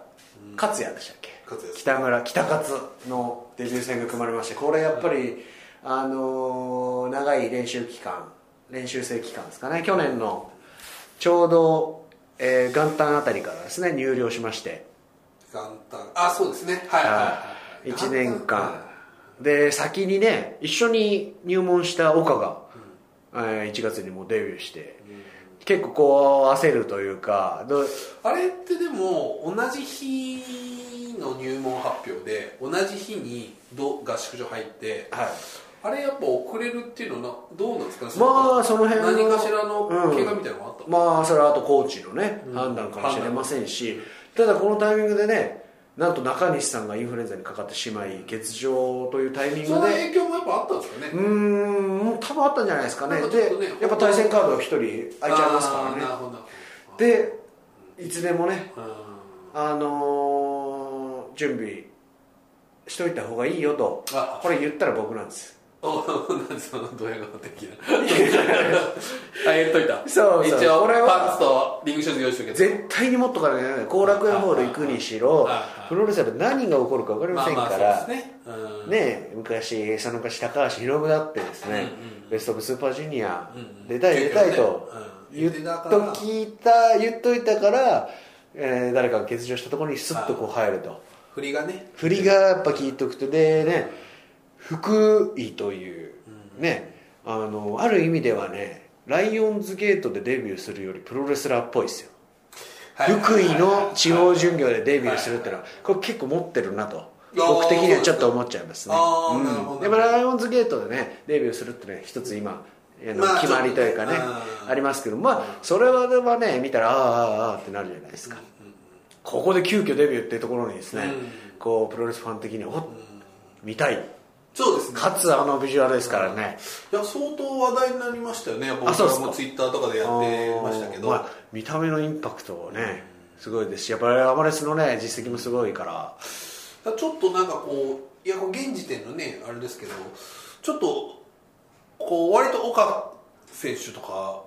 [SPEAKER 1] 克也でしたっけ
[SPEAKER 2] 勝也です
[SPEAKER 1] 北村北勝のデビュー戦が組まれましてこれやっぱり、あのー長い練習期間練習生期間ですかね去年のちょうど、えー元旦あたりからですね入寮しまして
[SPEAKER 2] 元旦あそうですねはいはいはい
[SPEAKER 1] 1年
[SPEAKER 2] はい
[SPEAKER 1] 間で先にね一緒に入門した岡が、えー1月にもうデビューして、結構こう焦るというかどう
[SPEAKER 2] あれってでも同じ日の入門発表で同じ日にど合宿所入ってあれやっぱ遅れるっていうのはなどうなんですかね
[SPEAKER 1] まあその辺の
[SPEAKER 2] 何かしらの
[SPEAKER 1] うん
[SPEAKER 2] 怪我みたいなのがあったの、
[SPEAKER 1] まあそれはあとコーチのね、
[SPEAKER 2] うん
[SPEAKER 1] 判断かもしれませんしただこのタイミングでねなんと中西さんがインフルエンザにかかってしまい欠場というタイミン
[SPEAKER 2] その
[SPEAKER 1] グで
[SPEAKER 2] 影響もやっぱあったんですかね、
[SPEAKER 1] うーんもう多分あったんじゃないですかね
[SPEAKER 2] なんかちょっとね
[SPEAKER 1] でやっぱ対戦カードが1人空いちゃいますから
[SPEAKER 2] あー
[SPEAKER 1] ね
[SPEAKER 2] なるほどなるほど
[SPEAKER 1] でいつでもね
[SPEAKER 2] うん
[SPEAKER 1] あのー準備しといた方がいいよと
[SPEAKER 2] あ
[SPEAKER 1] これ言ったら僕なんです
[SPEAKER 2] おなんでそのドヤ顔的なあ言っといた
[SPEAKER 1] そうそう
[SPEAKER 2] 一応
[SPEAKER 1] 俺は
[SPEAKER 2] パンツとリングシューズ用意しとけと
[SPEAKER 1] 絶対に持っとかなきゃいけない後楽園ホール行くにしろ
[SPEAKER 2] あああ
[SPEAKER 1] プロレスやっぱ何が起こるか分かりま
[SPEAKER 2] まあ
[SPEAKER 1] せん
[SPEAKER 2] ま
[SPEAKER 1] か
[SPEAKER 2] あ
[SPEAKER 1] ら、
[SPEAKER 2] そうですね、うん、
[SPEAKER 1] ね、昔その昔高橋宏夢だってですね、
[SPEAKER 2] うん
[SPEAKER 1] ベスト・オブ・スーパージュニア
[SPEAKER 2] うんうん
[SPEAKER 1] 出たい出たいと言
[SPEAKER 2] 結
[SPEAKER 1] っと
[SPEAKER 2] 局ねうん
[SPEAKER 1] 聞いた言っといたから、えー誰かが欠場したところにスッとこう入ると
[SPEAKER 2] 振りがね
[SPEAKER 1] 振りがやっぱ聞いとくとでね福井というねあのある意味ではねライオンズゲートでデビューするよりプロレスラーっぽいですよ福井の地方巡業でデビューするってのはこれ結構持ってるなと
[SPEAKER 2] あー
[SPEAKER 1] 僕的にはちょっと思っちゃいますね
[SPEAKER 2] あー
[SPEAKER 1] うん
[SPEAKER 2] なるほど
[SPEAKER 1] やっぱライオンズゲートでねデビューするってのは一つ今あの
[SPEAKER 2] まあ
[SPEAKER 1] 決まりというかね
[SPEAKER 2] ちょっとねうん
[SPEAKER 1] ありますけどまあそれはではね見たらあーあーあーってなるじゃないですかここで急遽デビューっていうところにですね
[SPEAKER 2] う
[SPEAKER 1] こうプロレスファン的におっ見たい
[SPEAKER 2] そうですね
[SPEAKER 1] かつあのビジュアルですからね
[SPEAKER 2] いや相当話題になりましたよねやっぱ
[SPEAKER 1] あそうっ
[SPEAKER 2] 僕
[SPEAKER 1] す
[SPEAKER 2] ら
[SPEAKER 1] か
[SPEAKER 2] もツイッターとかでやってましたけど、
[SPEAKER 1] あーまあ見た目のインパクトをねすごいですしやっぱりアマレスのね実績もすごいから
[SPEAKER 2] だからちょっとなんかこういやこう現時点のねあれですけどちょっとこう割と岡選手とかを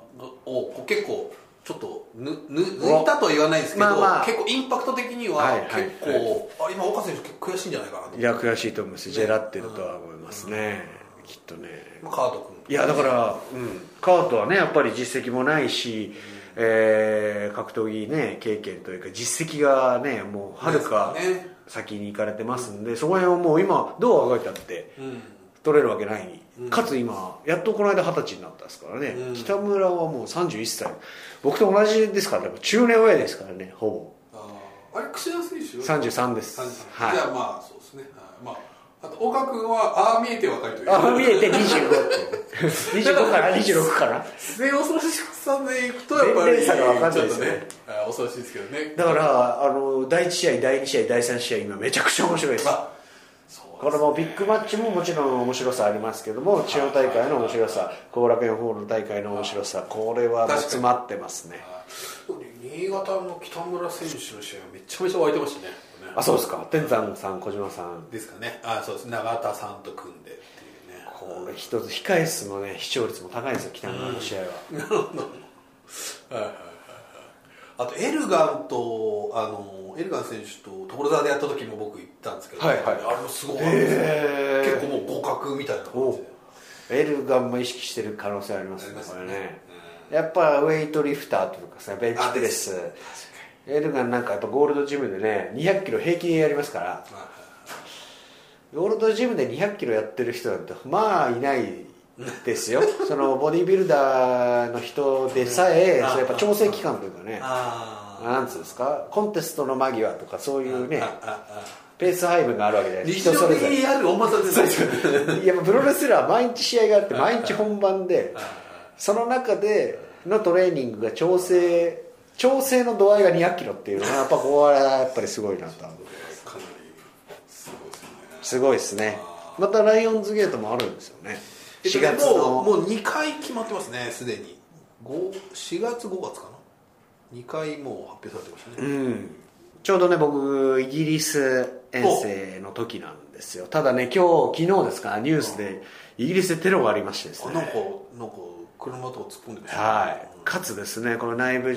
[SPEAKER 2] こう結構ちょっとぬぬ抜いたとは言わないですけど、
[SPEAKER 1] まあまあ
[SPEAKER 2] 結構インパクト的には、
[SPEAKER 1] はいはい
[SPEAKER 2] 結構、あ今岡選手結構悔しいんじゃないかなと
[SPEAKER 1] いや悔しいと思うし、ジェラってるとは思いますね、きっとね
[SPEAKER 2] まあカート
[SPEAKER 1] い
[SPEAKER 2] 君
[SPEAKER 1] やだから、うん、カートはねやっぱり実績もないし、えー格闘技ね経験というか実績がねもうはるか
[SPEAKER 2] ですね
[SPEAKER 1] 先に行かれてますんでそこら辺はもう今どうあがいたって
[SPEAKER 2] うん
[SPEAKER 1] 取れるわけない、
[SPEAKER 2] うん
[SPEAKER 1] かつ今やっとこの間二十歳になったですからね、
[SPEAKER 2] うん
[SPEAKER 1] 北村はもう31歳僕と同じですからね中年親ですからねほ
[SPEAKER 2] あーあれ櫛田選手
[SPEAKER 1] ぼ33です
[SPEAKER 2] はい、じゃあまあそうですね、はいまあ、あと岡君はああ見えて若いという
[SPEAKER 1] あ見えて25っていう25から26から
[SPEAKER 2] 末恐ろしさでいくとやっぱり
[SPEAKER 1] 年齢差が分かんない
[SPEAKER 2] ちょ
[SPEAKER 1] で
[SPEAKER 2] っと
[SPEAKER 1] すね
[SPEAKER 2] ねあ恐ろしいですけどね
[SPEAKER 1] だからあの第1試合第2試合第3試合今めちゃくちゃ面白いです
[SPEAKER 2] あそう
[SPEAKER 1] これもビッグマッチももちろん面白さありますけども地方大会の面白さ後楽園ホール大会の面白さこれはもう詰まってますね
[SPEAKER 2] 新潟の北村選手の試合はめちゃめちゃ湧いてましたね
[SPEAKER 1] あそうですか天山さん小島さん
[SPEAKER 2] ですかねあそうです永田さんと組んでっていうね
[SPEAKER 1] これ一つ控え室のね視聴率も高いんですよ北村の試合は、
[SPEAKER 2] あとエルガンとあのエルガン選手と所沢でやった時も僕行ったんですけど、
[SPEAKER 1] はいはい
[SPEAKER 2] あれもすごかったですね、
[SPEAKER 1] へー
[SPEAKER 2] 結構もう互角みたいな感
[SPEAKER 1] お
[SPEAKER 2] じ
[SPEAKER 1] う
[SPEAKER 2] で
[SPEAKER 1] エルガンも意識してる可能性あります
[SPEAKER 2] あり
[SPEAKER 1] ね
[SPEAKER 2] ます
[SPEAKER 1] こ
[SPEAKER 2] よ
[SPEAKER 1] れ
[SPEAKER 2] ね
[SPEAKER 1] ね、やっぱウェイトリフターというかさベンチプレスエルガンなんかやっぱゴールドジムでね200キロ平均やりますから
[SPEAKER 2] はいはい
[SPEAKER 1] ゴールドジムで200キロやってる人なんてまあいないです よそのボディビルダーの人でさえ
[SPEAKER 2] うん
[SPEAKER 1] そうやっぱ調整期間というかね
[SPEAKER 2] あー
[SPEAKER 1] なんつうんですかコンテストの間際とかそういうね
[SPEAKER 2] ああ
[SPEAKER 1] ペース配分があるわけじゃない
[SPEAKER 2] 日
[SPEAKER 1] 人
[SPEAKER 2] 常
[SPEAKER 1] それ
[SPEAKER 2] 的
[SPEAKER 1] ぞれ
[SPEAKER 2] にあるおまさです
[SPEAKER 1] いやプロレスラー毎日試合があって毎日本番でその中でのトレーニングが調整調整の度合いが200キロっていうのはやっぱここはやっぱりすごいなと
[SPEAKER 2] かなりすごいですね
[SPEAKER 1] すごいですねまたライオンズゲートもあるんですよね4月
[SPEAKER 2] も
[SPEAKER 1] の
[SPEAKER 2] うもう2回決まってますねすでに5 4月5月かな2回もう発表されてました
[SPEAKER 1] う
[SPEAKER 2] ね、
[SPEAKER 1] んちょうどね僕イギリス遠征の時なんですよただね今日昨日ですかニュースでイギリスでテロがありましてです
[SPEAKER 2] あ
[SPEAKER 1] ね
[SPEAKER 2] なんかなんか車とか突っ込んでましたね
[SPEAKER 1] はいかつですねこの内部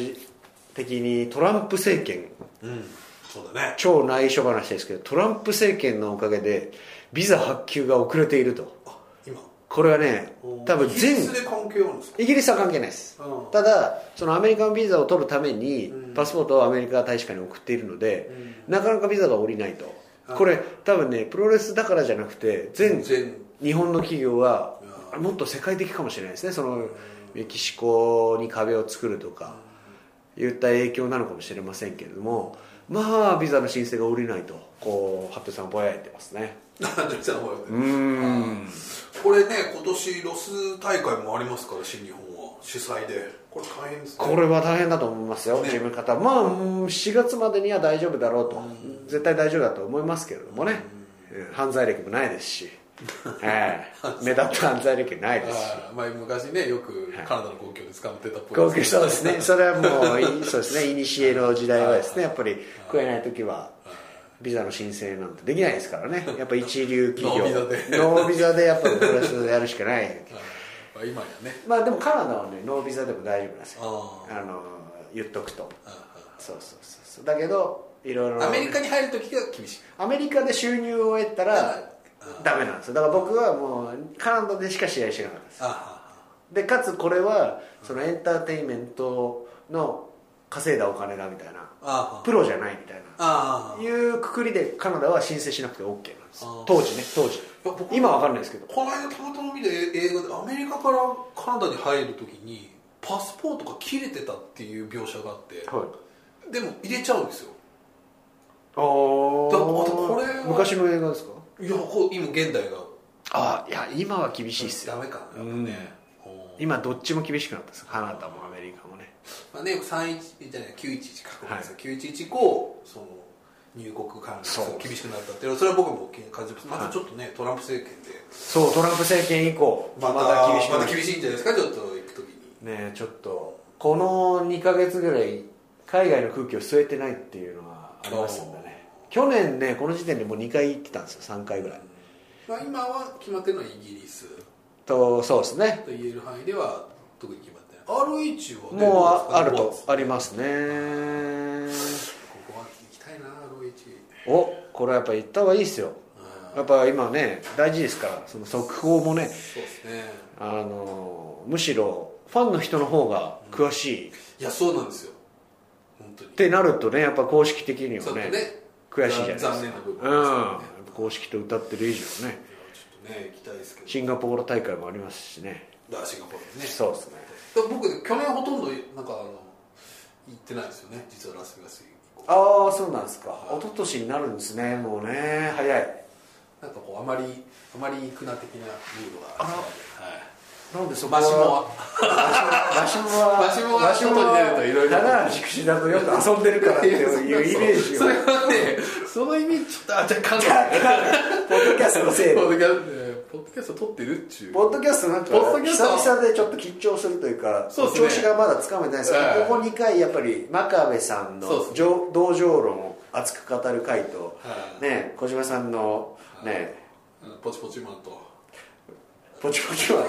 [SPEAKER 1] 的にトランプ政権
[SPEAKER 2] うん、うんそうだね
[SPEAKER 1] 超内緒話ですけどトランプ政権のおかげでビザ発給が遅れていると
[SPEAKER 2] あ今
[SPEAKER 1] これはね多分
[SPEAKER 2] イギリ
[SPEAKER 1] 全
[SPEAKER 2] スで関係あるんですか
[SPEAKER 1] イギリスは関係ないです
[SPEAKER 2] うん
[SPEAKER 1] ただそのアメリカのビザを取るために
[SPEAKER 2] うん
[SPEAKER 1] パスポートをアメリカ大使館に送っているので、なかなかビザが下りないと
[SPEAKER 2] あ
[SPEAKER 1] これ多分ねプロレスだからじゃなくて全
[SPEAKER 2] 全
[SPEAKER 1] 日本の企業は
[SPEAKER 2] う
[SPEAKER 1] もっと世界的かもしれないですねそのメキシコに壁を作るとかいった影響なのかもしれませんけれどもまあビザの申請が下りないとこうハットさんぼやいてますね
[SPEAKER 2] なんでじゃあこれ
[SPEAKER 1] うーん
[SPEAKER 2] これね今年ロス大会もありますから新日本は主催でこれ大変ですね
[SPEAKER 1] これは大変だと思いますよ、
[SPEAKER 2] ね
[SPEAKER 1] 自分の方まあうん4月までには大丈夫だろうと、絶対大丈夫だと思いますけれどもね、うん犯罪歴もないです し、ええ目立った犯罪歴ないですし
[SPEAKER 2] あーまあ昔ねよくカナダの公共で捕まってたっぽい
[SPEAKER 1] 合計そうですねそれはもういそうですねいにしえの時代はですねやっぱり食えない時はビザの申請なんてできないですからねやっぱ一流企
[SPEAKER 2] ノ
[SPEAKER 1] 業
[SPEAKER 2] ービザで
[SPEAKER 1] ノービザでやっぱプラスやるしかない
[SPEAKER 2] あ今やね
[SPEAKER 1] まあでもカナダはねノービザでも大丈夫なんですよ
[SPEAKER 2] あー
[SPEAKER 1] あの言っとくと
[SPEAKER 2] あ
[SPEAKER 1] そうそうそうそうだけどいろいろ
[SPEAKER 2] ーアメリカに入るときが厳しい
[SPEAKER 1] アメリカで収入を得たら
[SPEAKER 2] あ
[SPEAKER 1] ダメなんですよだから僕はもうカナダでしか試合してなかったです
[SPEAKER 2] あ
[SPEAKER 1] でかつこれはそのエンターテインメントの稼いだお金だみたいな
[SPEAKER 2] あああ
[SPEAKER 1] プロじゃないみたいな
[SPEAKER 2] ああ
[SPEAKER 1] いうくくりでカナダは申請しなくて OK なんです
[SPEAKER 2] あー
[SPEAKER 1] 当時ね当時
[SPEAKER 2] や僕
[SPEAKER 1] 今わかんないですけど
[SPEAKER 2] この間たまたま見た映画でアメリカからカナダに入るときにパスポートが切れてたっていう描写があって
[SPEAKER 1] はい
[SPEAKER 2] でも入れちゃうんですよ
[SPEAKER 1] あ
[SPEAKER 2] だからこれ
[SPEAKER 1] ー
[SPEAKER 2] は
[SPEAKER 1] 昔の映画ですか
[SPEAKER 2] いやこう今現代が
[SPEAKER 1] ああいや今は厳しいっすよ
[SPEAKER 2] ダメかなやっぱ
[SPEAKER 1] うん
[SPEAKER 2] ね、おー
[SPEAKER 1] 今どっちも厳しくなったですカナダもアメリカもね
[SPEAKER 2] まあね、31じゃない911か、ごめんなさい
[SPEAKER 1] は
[SPEAKER 2] 911以降その入国管理
[SPEAKER 1] そう
[SPEAKER 2] が厳しくなったっていうのはそれは僕も感じますまたちょっとね、トランプ政権で
[SPEAKER 1] そうトランプ政権以降
[SPEAKER 2] また厳しいまた厳しいんじゃないですかちょっと行く時に
[SPEAKER 1] ねえちょっとこの2か月ぐらい海外の空気を吸えてないっていうのはありますんでね去年ねこの時点でもう2回行ってたんですよ3回ぐらい
[SPEAKER 2] まあ、今は決まってるのはイギリス
[SPEAKER 1] とそうですね
[SPEAKER 2] と言える範囲では特に決まってない RH は
[SPEAKER 1] もう
[SPEAKER 2] ねどです
[SPEAKER 1] あ
[SPEAKER 2] か
[SPEAKER 1] あると
[SPEAKER 2] こ
[SPEAKER 1] ありますね
[SPEAKER 2] こは行きたいな RH
[SPEAKER 1] おこれはやっぱ行った方がいいですよや
[SPEAKER 2] うん
[SPEAKER 1] っぱ今ね大事ですからその速報もね
[SPEAKER 2] そうですね
[SPEAKER 1] あのむしろファンの人の方が詳しいっ
[SPEAKER 2] いやそうなんですよ本当に
[SPEAKER 1] てなるとねやっぱ公式的に
[SPEAKER 2] ちょ
[SPEAKER 1] は
[SPEAKER 2] っとね
[SPEAKER 1] ね悔しいじゃないですか
[SPEAKER 2] 残念な部分
[SPEAKER 1] うん
[SPEAKER 2] よ
[SPEAKER 1] やっぱ公式と歌ってる以上ね
[SPEAKER 2] ねいやちょっとね行きたいですけど
[SPEAKER 1] シンガポール大会もありますしね
[SPEAKER 2] だシンガポールね
[SPEAKER 1] そうですね
[SPEAKER 2] だから僕ね去年ほとんどなんかあの行ってないですよね実はラスベガス行こう
[SPEAKER 1] ああそうなんですか一昨年になるんですねもうね早 い
[SPEAKER 2] なんかこうあまりあまり行くな的なムードが
[SPEAKER 1] あら
[SPEAKER 2] はい
[SPEAKER 1] なんでそこ
[SPEAKER 2] マ
[SPEAKER 1] は
[SPEAKER 2] シモは
[SPEAKER 1] マシモは
[SPEAKER 2] マシモが外に出ると色々
[SPEAKER 1] 棚橋口だとよく遊んでるからっていうイメージを
[SPEAKER 2] それはねそのイメージちょっとあ若干
[SPEAKER 1] ポッドキャストのせい
[SPEAKER 2] ポッ
[SPEAKER 1] で
[SPEAKER 2] ドキャストねポッドキャスト撮ってるっちゅう
[SPEAKER 1] ポッドキャストなんか
[SPEAKER 2] ポッドキャスト
[SPEAKER 1] 久々でちょっと緊張するというか
[SPEAKER 2] そうっすね
[SPEAKER 1] 調子がまだつかめてないですけど、
[SPEAKER 2] はい
[SPEAKER 1] ここ2回やっぱり真壁さんの
[SPEAKER 2] そうっすね
[SPEAKER 1] 上同情論を熱く語る回と、
[SPEAKER 2] はい
[SPEAKER 1] ね、小島さんの、ね
[SPEAKER 2] うんポチポチマンと
[SPEAKER 1] ポチポチマン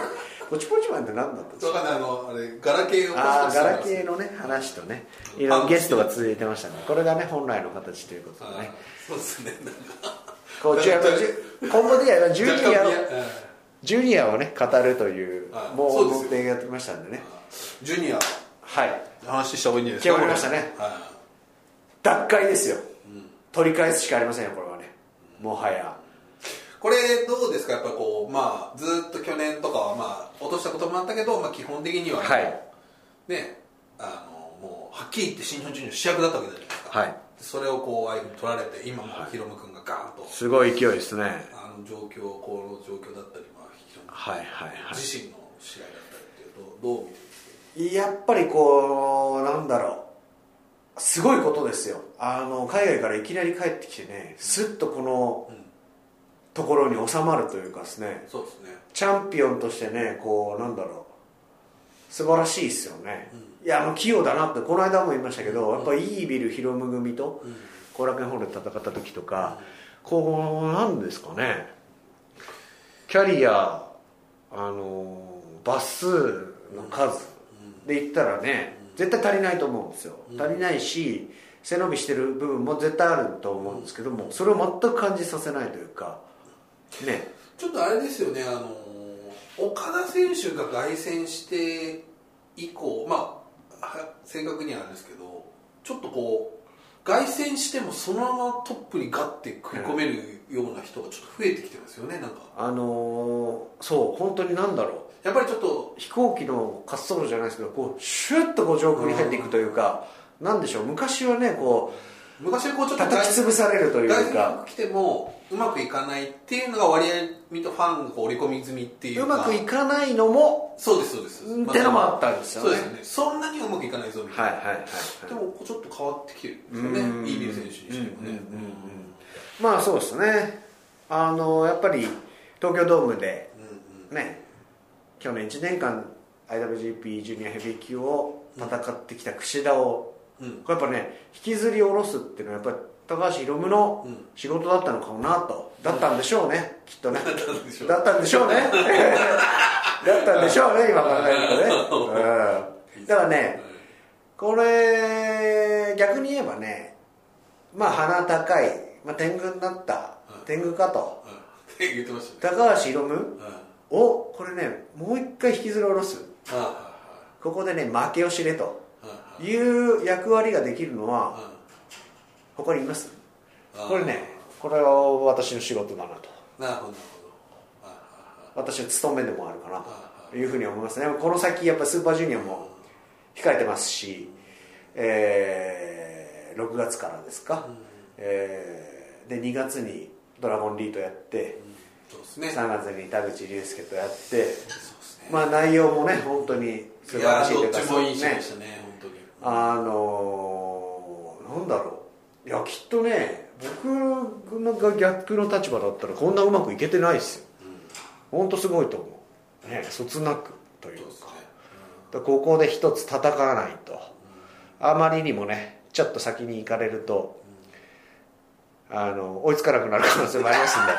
[SPEAKER 1] ポチポチマンって何だったんです
[SPEAKER 2] だ
[SPEAKER 1] か
[SPEAKER 2] からあのあれガラケーを
[SPEAKER 1] ああ
[SPEAKER 2] ポチ
[SPEAKER 1] ガ
[SPEAKER 2] ポチマン
[SPEAKER 1] ラケーのね話とねいろいろゲストが続いてましたねこれがね本来の形ということで
[SPEAKER 2] はい
[SPEAKER 1] ね
[SPEAKER 2] そうですねなんか
[SPEAKER 1] こうじゅ
[SPEAKER 2] なんか
[SPEAKER 1] 今後でやればジュニアを
[SPEAKER 2] 若干見えうん
[SPEAKER 1] ジュニアをね語るという
[SPEAKER 2] はい
[SPEAKER 1] も
[SPEAKER 2] そう
[SPEAKER 1] う
[SPEAKER 2] ですよ
[SPEAKER 1] 思定やってましたんでね
[SPEAKER 2] ジュニア
[SPEAKER 1] はい
[SPEAKER 2] 話した方がいいんじゃな
[SPEAKER 1] 決まり
[SPEAKER 2] いですか
[SPEAKER 1] ましたね
[SPEAKER 2] は
[SPEAKER 1] 脱会ですよ
[SPEAKER 2] いうん
[SPEAKER 1] 取り返すしかありませんよこれはねもはや
[SPEAKER 2] これどうですかやっぱこうまあずっと去年とかはまあ落としたこともあったけど、まあ、基本的には、
[SPEAKER 1] はい
[SPEAKER 2] ねあのもうはっきり言って新日本ジュニアの主役だったわけじゃないですか、
[SPEAKER 1] はい
[SPEAKER 2] それをこうああいうふうに取られて今もヒロム君がガーンと、
[SPEAKER 1] すごい勢いですね
[SPEAKER 2] あの状況この状況だったり、まあ、ヒロム
[SPEAKER 1] はいはいは
[SPEAKER 2] 自身の試合だったりっていうとどう見て
[SPEAKER 1] いやっぱりこうなんだろうすごいことですよあの海外からいきなり帰ってきてねスッとこの
[SPEAKER 2] うん
[SPEAKER 1] ところに収まるというかですね
[SPEAKER 2] そうですね
[SPEAKER 1] チャンピオンとしてねこうなんだろう素晴らしいですよね、いやあの器用だなってこの間も言いましたけど、やっぱりいいビルヒロム組と
[SPEAKER 2] うん
[SPEAKER 1] 後楽園ホールで戦った時とか、こうなんですかねキャリアあのバス数の数で言ったらね、絶対足りないと思うんですよ、
[SPEAKER 2] うん
[SPEAKER 1] 足りないし背伸びしてる部分も絶対あると思うんですけどもそれを全く感じさせないというかね
[SPEAKER 2] ちょっとあれですよね、あの岡田選手が凱旋して以降、まあ、は正確にはあれですけど、ちょっとこう、凱旋してもそのままトップにガッて食い込めるような人がちょっと増えてきてますよね、なんか、
[SPEAKER 1] あのーそう本当になんだろ
[SPEAKER 2] やっぱりちょっと、
[SPEAKER 1] う飛行機の滑走路じゃないですけどこうシュッとこう上空に入っていくというか、なんでしょう昔はねこ
[SPEAKER 2] 昔はこうちょ
[SPEAKER 1] う
[SPEAKER 2] っと
[SPEAKER 1] 叩き
[SPEAKER 2] 凱
[SPEAKER 1] 潰されるという
[SPEAKER 2] 凱
[SPEAKER 1] か
[SPEAKER 2] 旋来てもうまくいかないっていうのが割合見とファンがこう織り込み済みっていう
[SPEAKER 1] う
[SPEAKER 2] か
[SPEAKER 1] まくいかないのも
[SPEAKER 2] そうですそうです
[SPEAKER 1] ってのもあったんですよ
[SPEAKER 2] そう
[SPEAKER 1] ね
[SPEAKER 2] ですよねそんなにうまくいかないぞみたいな
[SPEAKER 1] はいはいはいはい
[SPEAKER 2] でもちょっと変わってきてるんですよね、
[SPEAKER 1] うん
[SPEAKER 2] イービル選手にしてもね。
[SPEAKER 1] うんうんうんまあそうですねあのやっぱり東京ドームで
[SPEAKER 2] うんうん
[SPEAKER 1] ね去年1年間 IWGP ジュニアヘビー級を戦ってきた櫛田を
[SPEAKER 2] うん
[SPEAKER 1] やっぱね引きずり下ろすっていうのはやっぱり高橋宏夢の
[SPEAKER 2] うん
[SPEAKER 1] 仕事だったのかもなとだったんでしょうねきっとね
[SPEAKER 2] だったんでしょう
[SPEAKER 1] だったんでし ょうねだったんでしょうね今考え るとね、うん、だからねこれ逆に言えばねまあ鼻高い、まあ、天狗になった
[SPEAKER 2] うん
[SPEAKER 1] 天狗かと
[SPEAKER 2] うんって言ってましたね
[SPEAKER 1] 高橋宏夢
[SPEAKER 2] うんあ
[SPEAKER 1] をこれねもう一回引きずり下ろす
[SPEAKER 2] あは
[SPEAKER 1] ここでね負けを知れと
[SPEAKER 2] いはいはい
[SPEAKER 1] いう役割ができるのは
[SPEAKER 2] はい
[SPEAKER 1] 他にいます
[SPEAKER 2] あー
[SPEAKER 1] これねこれは私の仕事だなと
[SPEAKER 2] なるほどなるほどはい
[SPEAKER 1] 私の務めでもあるかな
[SPEAKER 2] は
[SPEAKER 1] というふうに思いますねこの先やっぱスーパージュニアも控えてますし、えー6月からですか、
[SPEAKER 2] うん
[SPEAKER 1] えーで2月に「ドラゴンリート」やって
[SPEAKER 2] うんそうですね
[SPEAKER 1] 3月に田口竜介とやって
[SPEAKER 2] そうですね
[SPEAKER 1] まあ内容もね本当に素
[SPEAKER 2] い
[SPEAKER 1] 晴
[SPEAKER 2] や
[SPEAKER 1] ら
[SPEAKER 2] ー
[SPEAKER 1] しいと
[SPEAKER 2] ど
[SPEAKER 1] い
[SPEAKER 2] っ
[SPEAKER 1] うか
[SPEAKER 2] ちもいい試合で
[SPEAKER 1] ね
[SPEAKER 2] したね本当に
[SPEAKER 1] あのーなんだろういやきっとね僕が逆の立場だったらこんなうまくいけてないですよ本当すごいと思うねそつなくという
[SPEAKER 2] そうです
[SPEAKER 1] か
[SPEAKER 2] ね
[SPEAKER 1] だからここで一つ戦わないとあまりにもねちょっと先に行かれるとあの追いつかなくなる可能性もありますんで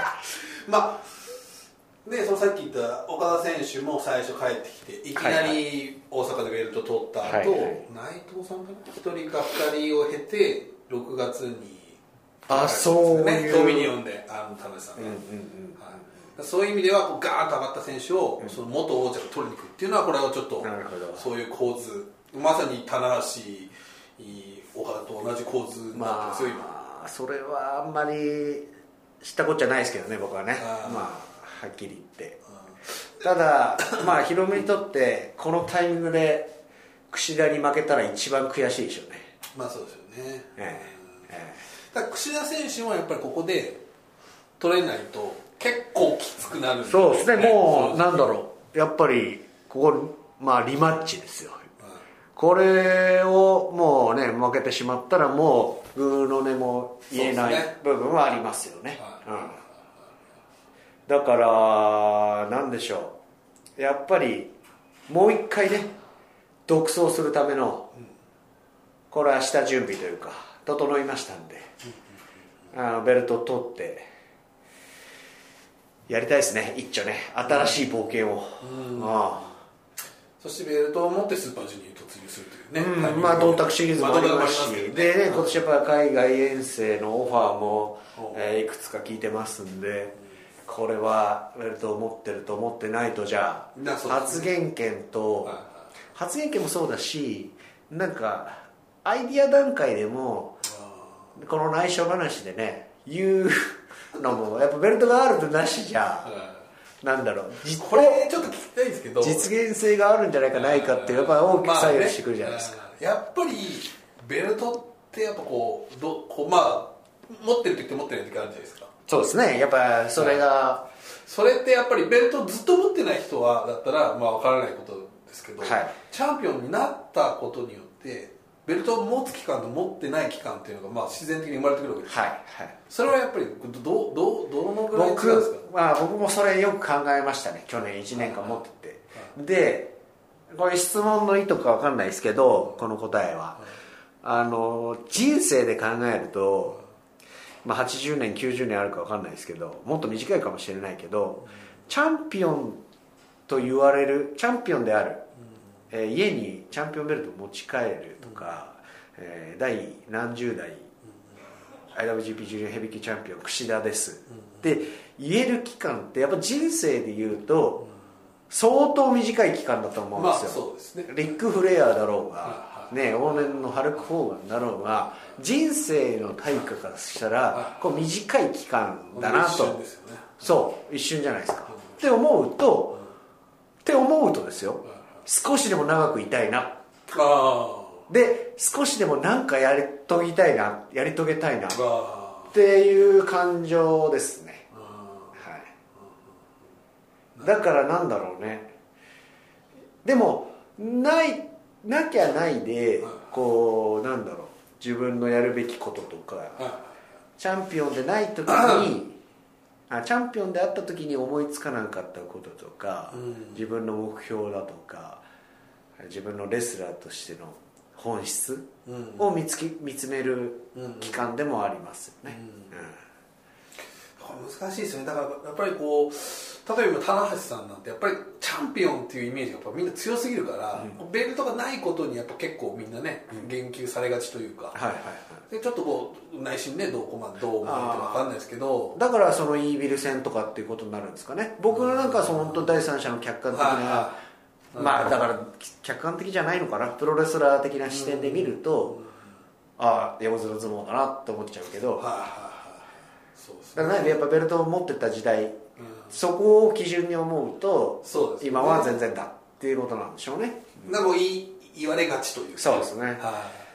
[SPEAKER 2] まあねそのさっき言った岡田選手も最初帰ってきていきな
[SPEAKER 1] はい
[SPEAKER 2] り大阪でベルト取った後、
[SPEAKER 1] はいはい
[SPEAKER 2] 内藤さんかな一人か二人を経て6月に
[SPEAKER 1] あそう
[SPEAKER 2] ね
[SPEAKER 1] いう
[SPEAKER 2] ドミニオンであの田辺さんが、はいそういう意味ではこうガーンと上がった選手を、その元王者が取りに行くっていうのはこれはちょっと
[SPEAKER 1] なるほど
[SPEAKER 2] そういう構図まさに棚橋岡田と同じ構図になってますよ、今
[SPEAKER 1] まあそれはあんまり知ったこっちゃないですけどね僕はね
[SPEAKER 2] あー
[SPEAKER 1] まあはっきり言ってただまあヒロミにとってこのタイミングで櫛田に負けたら一番悔しいでしょうね
[SPEAKER 2] まあそうですよね、
[SPEAKER 1] え
[SPEAKER 2] うん
[SPEAKER 1] ええ
[SPEAKER 2] だから櫛田選手もやっぱりここで取れないと結構きつくなるん
[SPEAKER 1] えそうですねもう
[SPEAKER 2] そ
[SPEAKER 1] なんだろうやっぱりここまあリマッチですよ
[SPEAKER 2] う
[SPEAKER 1] これをもうね負けてしまったらもうグーの音も言えない
[SPEAKER 2] そうですね
[SPEAKER 1] 部分はありますよね
[SPEAKER 2] は
[SPEAKER 1] うん、だからなんでしょうやっぱりもう一回ね独走するためのこれは下準備というか整いましたんであのベルトを取ってやりたいですね一丁ね新しい冒険を、ああ
[SPEAKER 2] そしてベルトを持ってスーパージュニアに突入するというね、
[SPEAKER 1] うんまあ、銅卓シリーズもありますし、
[SPEAKER 2] まあ銅鐸もありますけどね
[SPEAKER 1] でね、今年やっぱ海外遠征のオファーも
[SPEAKER 2] ほ、う
[SPEAKER 1] えーいくつか聞いてますんで、これはベルトを持ってると思ってないとじゃあ、
[SPEAKER 2] なそうです
[SPEAKER 1] 発
[SPEAKER 2] ね
[SPEAKER 1] 言権と
[SPEAKER 2] はいはい、
[SPEAKER 1] 発言権もそうだし、なんか、アイディア段階でも、この内緒話でね、言うのも、やっぱベルトがあるとなしじ
[SPEAKER 2] あ
[SPEAKER 1] ゃ、
[SPEAKER 2] ー
[SPEAKER 1] なんだろう、実
[SPEAKER 2] これちょっと聞きたいんですけど
[SPEAKER 1] 実現性があるんじゃないかないかって、やっぱり大きく左右してくるじゃないですか。
[SPEAKER 2] まあねやっぱりベルトってやっぱこうどこうまあ持ってる時と持ってない時あるじゃないですか
[SPEAKER 1] そうですねやっぱそれが、
[SPEAKER 2] それってやっぱりベルトずっと持ってない人はだったらまあ分からないことですけど、
[SPEAKER 1] はい
[SPEAKER 2] チャンピオンになったことによってベルトを持つ期間と持ってない期間っていうのがまあ自然的に生まれてくるわけです、
[SPEAKER 1] はいはい
[SPEAKER 2] それはやっぱりどどどどのぐらい違うんですか
[SPEAKER 1] 僕,、まあ、僕もそれよく考えましたね去年1年間持ってて、でこれ質問の意図か分かんないですけどこの答えは、あの人生で考えると、まあ、80年90年あるか分かんないですけどもっと短いかもしれないけど、チャンピオンと言われるチャンピオンである、えー家にチャンピオンベルトを持ち帰るとか、えー第何十代 IWGP ジュニアヘビー級チャンピオン櫛田です、で言える期間ってやっぱ人生で言うと相当短い期間だと思うん
[SPEAKER 2] まあ
[SPEAKER 1] ですよ、
[SPEAKER 2] そうですね
[SPEAKER 1] リック・フレアだろうが
[SPEAKER 2] は、い
[SPEAKER 1] ね、往年のハルク・ホーガンだろうが人生の対価からしたら
[SPEAKER 2] は
[SPEAKER 1] こう短い期間だな
[SPEAKER 2] 一瞬
[SPEAKER 1] と
[SPEAKER 2] ですよね
[SPEAKER 1] そう一瞬じゃないですか
[SPEAKER 2] うん
[SPEAKER 1] って思うとって思うとですよ
[SPEAKER 2] うん
[SPEAKER 1] 少しでも長くいたいな
[SPEAKER 2] あ
[SPEAKER 1] で少しでも何かやり遂げたいなやり遂げたいなっ
[SPEAKER 2] ーあ
[SPEAKER 1] ていう感情ですね
[SPEAKER 2] ーあ
[SPEAKER 1] はい、だからなんだろうねでもないなきゃないで
[SPEAKER 2] はい
[SPEAKER 1] こうなんだろう自分のやるべきことと
[SPEAKER 2] ー
[SPEAKER 1] か
[SPEAKER 2] あ
[SPEAKER 1] チャンピオンでない時にあチャンピオンであった時に思いつかなかったこととか
[SPEAKER 2] うん
[SPEAKER 1] 自分の目標だとか自分のレスラーとしての本質
[SPEAKER 2] うんうん
[SPEAKER 1] を見つき見つめる期間でもありますよね、
[SPEAKER 2] うん
[SPEAKER 1] うん
[SPEAKER 2] これ難しいですよねだからやっぱりこう例えば棚橋さんなんてやっぱりチャンピオンっていうイメージがやっぱみんな強すぎるから、ベルトがないことにやっぱ結構みんなね言及されがちというか、
[SPEAKER 1] はいはいはい
[SPEAKER 2] でちょっとこう内心ねどうこまどう思うか分かんないですけど
[SPEAKER 1] だからそのイービル戦とかっていうことになるんですかね僕なんかはその本当第三者の客観的
[SPEAKER 2] はい
[SPEAKER 1] な
[SPEAKER 2] は
[SPEAKER 1] まあだから客観的じゃないのかなプロレスラー的な視点で見るとああ横綱相撲だなって思っちゃうけ
[SPEAKER 2] いはい
[SPEAKER 1] ど
[SPEAKER 2] はいはいそうです
[SPEAKER 1] だ
[SPEAKER 2] ね
[SPEAKER 1] からねやっぱベルトを持ってた時代
[SPEAKER 2] うん
[SPEAKER 1] そこを基準に思うと
[SPEAKER 2] そうですね
[SPEAKER 1] 今は全然だっていうことなんでしょうね
[SPEAKER 2] なんかこう言い言われがちというか
[SPEAKER 1] そうですね
[SPEAKER 2] はい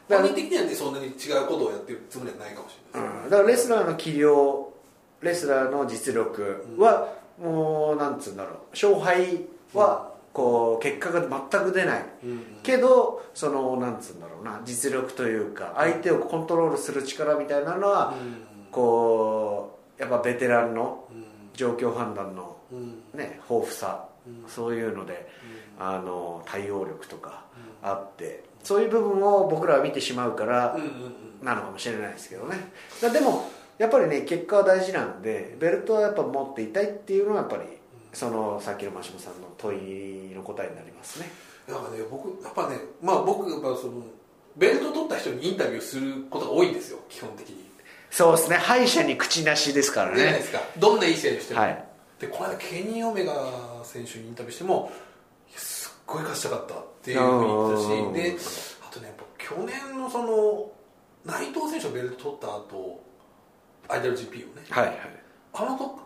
[SPEAKER 1] だから
[SPEAKER 2] 本人的にはねそんなに違うことをやってるつもりはないかもしれないです
[SPEAKER 1] うんだからレスラーの器量レスラーの実力は、もうなんつうんだろう勝敗はこう結果が全く出ない、
[SPEAKER 2] うんうん
[SPEAKER 1] けどそのなんつうんだろうな実力というか相手をコントロールする力みたいなのは、こうやっぱベテランの状況判断の、
[SPEAKER 2] うんうん
[SPEAKER 1] ね、豊富さ、そういうので、あの対応力とかあって、そういう部分を僕らは見てしまうから、
[SPEAKER 2] うんうんうん
[SPEAKER 1] なのかもしれないですけどねだでもやっぱりね結果は大事なんでベルトはやっぱ持っていたいっていうのはやっぱりそのさっきの真下さんの問いの答えになりますね
[SPEAKER 2] なんかね僕やっぱねまあ僕やっぱそのベルト取った人にインタビューすることが多いんですよ基本的に
[SPEAKER 1] そうですね敗者に口なしですから
[SPEAKER 2] じゃない
[SPEAKER 1] ね
[SPEAKER 2] ですかどんないい選手しても、
[SPEAKER 1] はい
[SPEAKER 2] でこの間ケニー・オメガ選手にインタビューしてもいやすっごい勝ちたかったっていうふうに言ってたしであとねやっぱ去年のその内藤選手がベルト取った後 IWGP をね
[SPEAKER 1] はいはい
[SPEAKER 2] あのと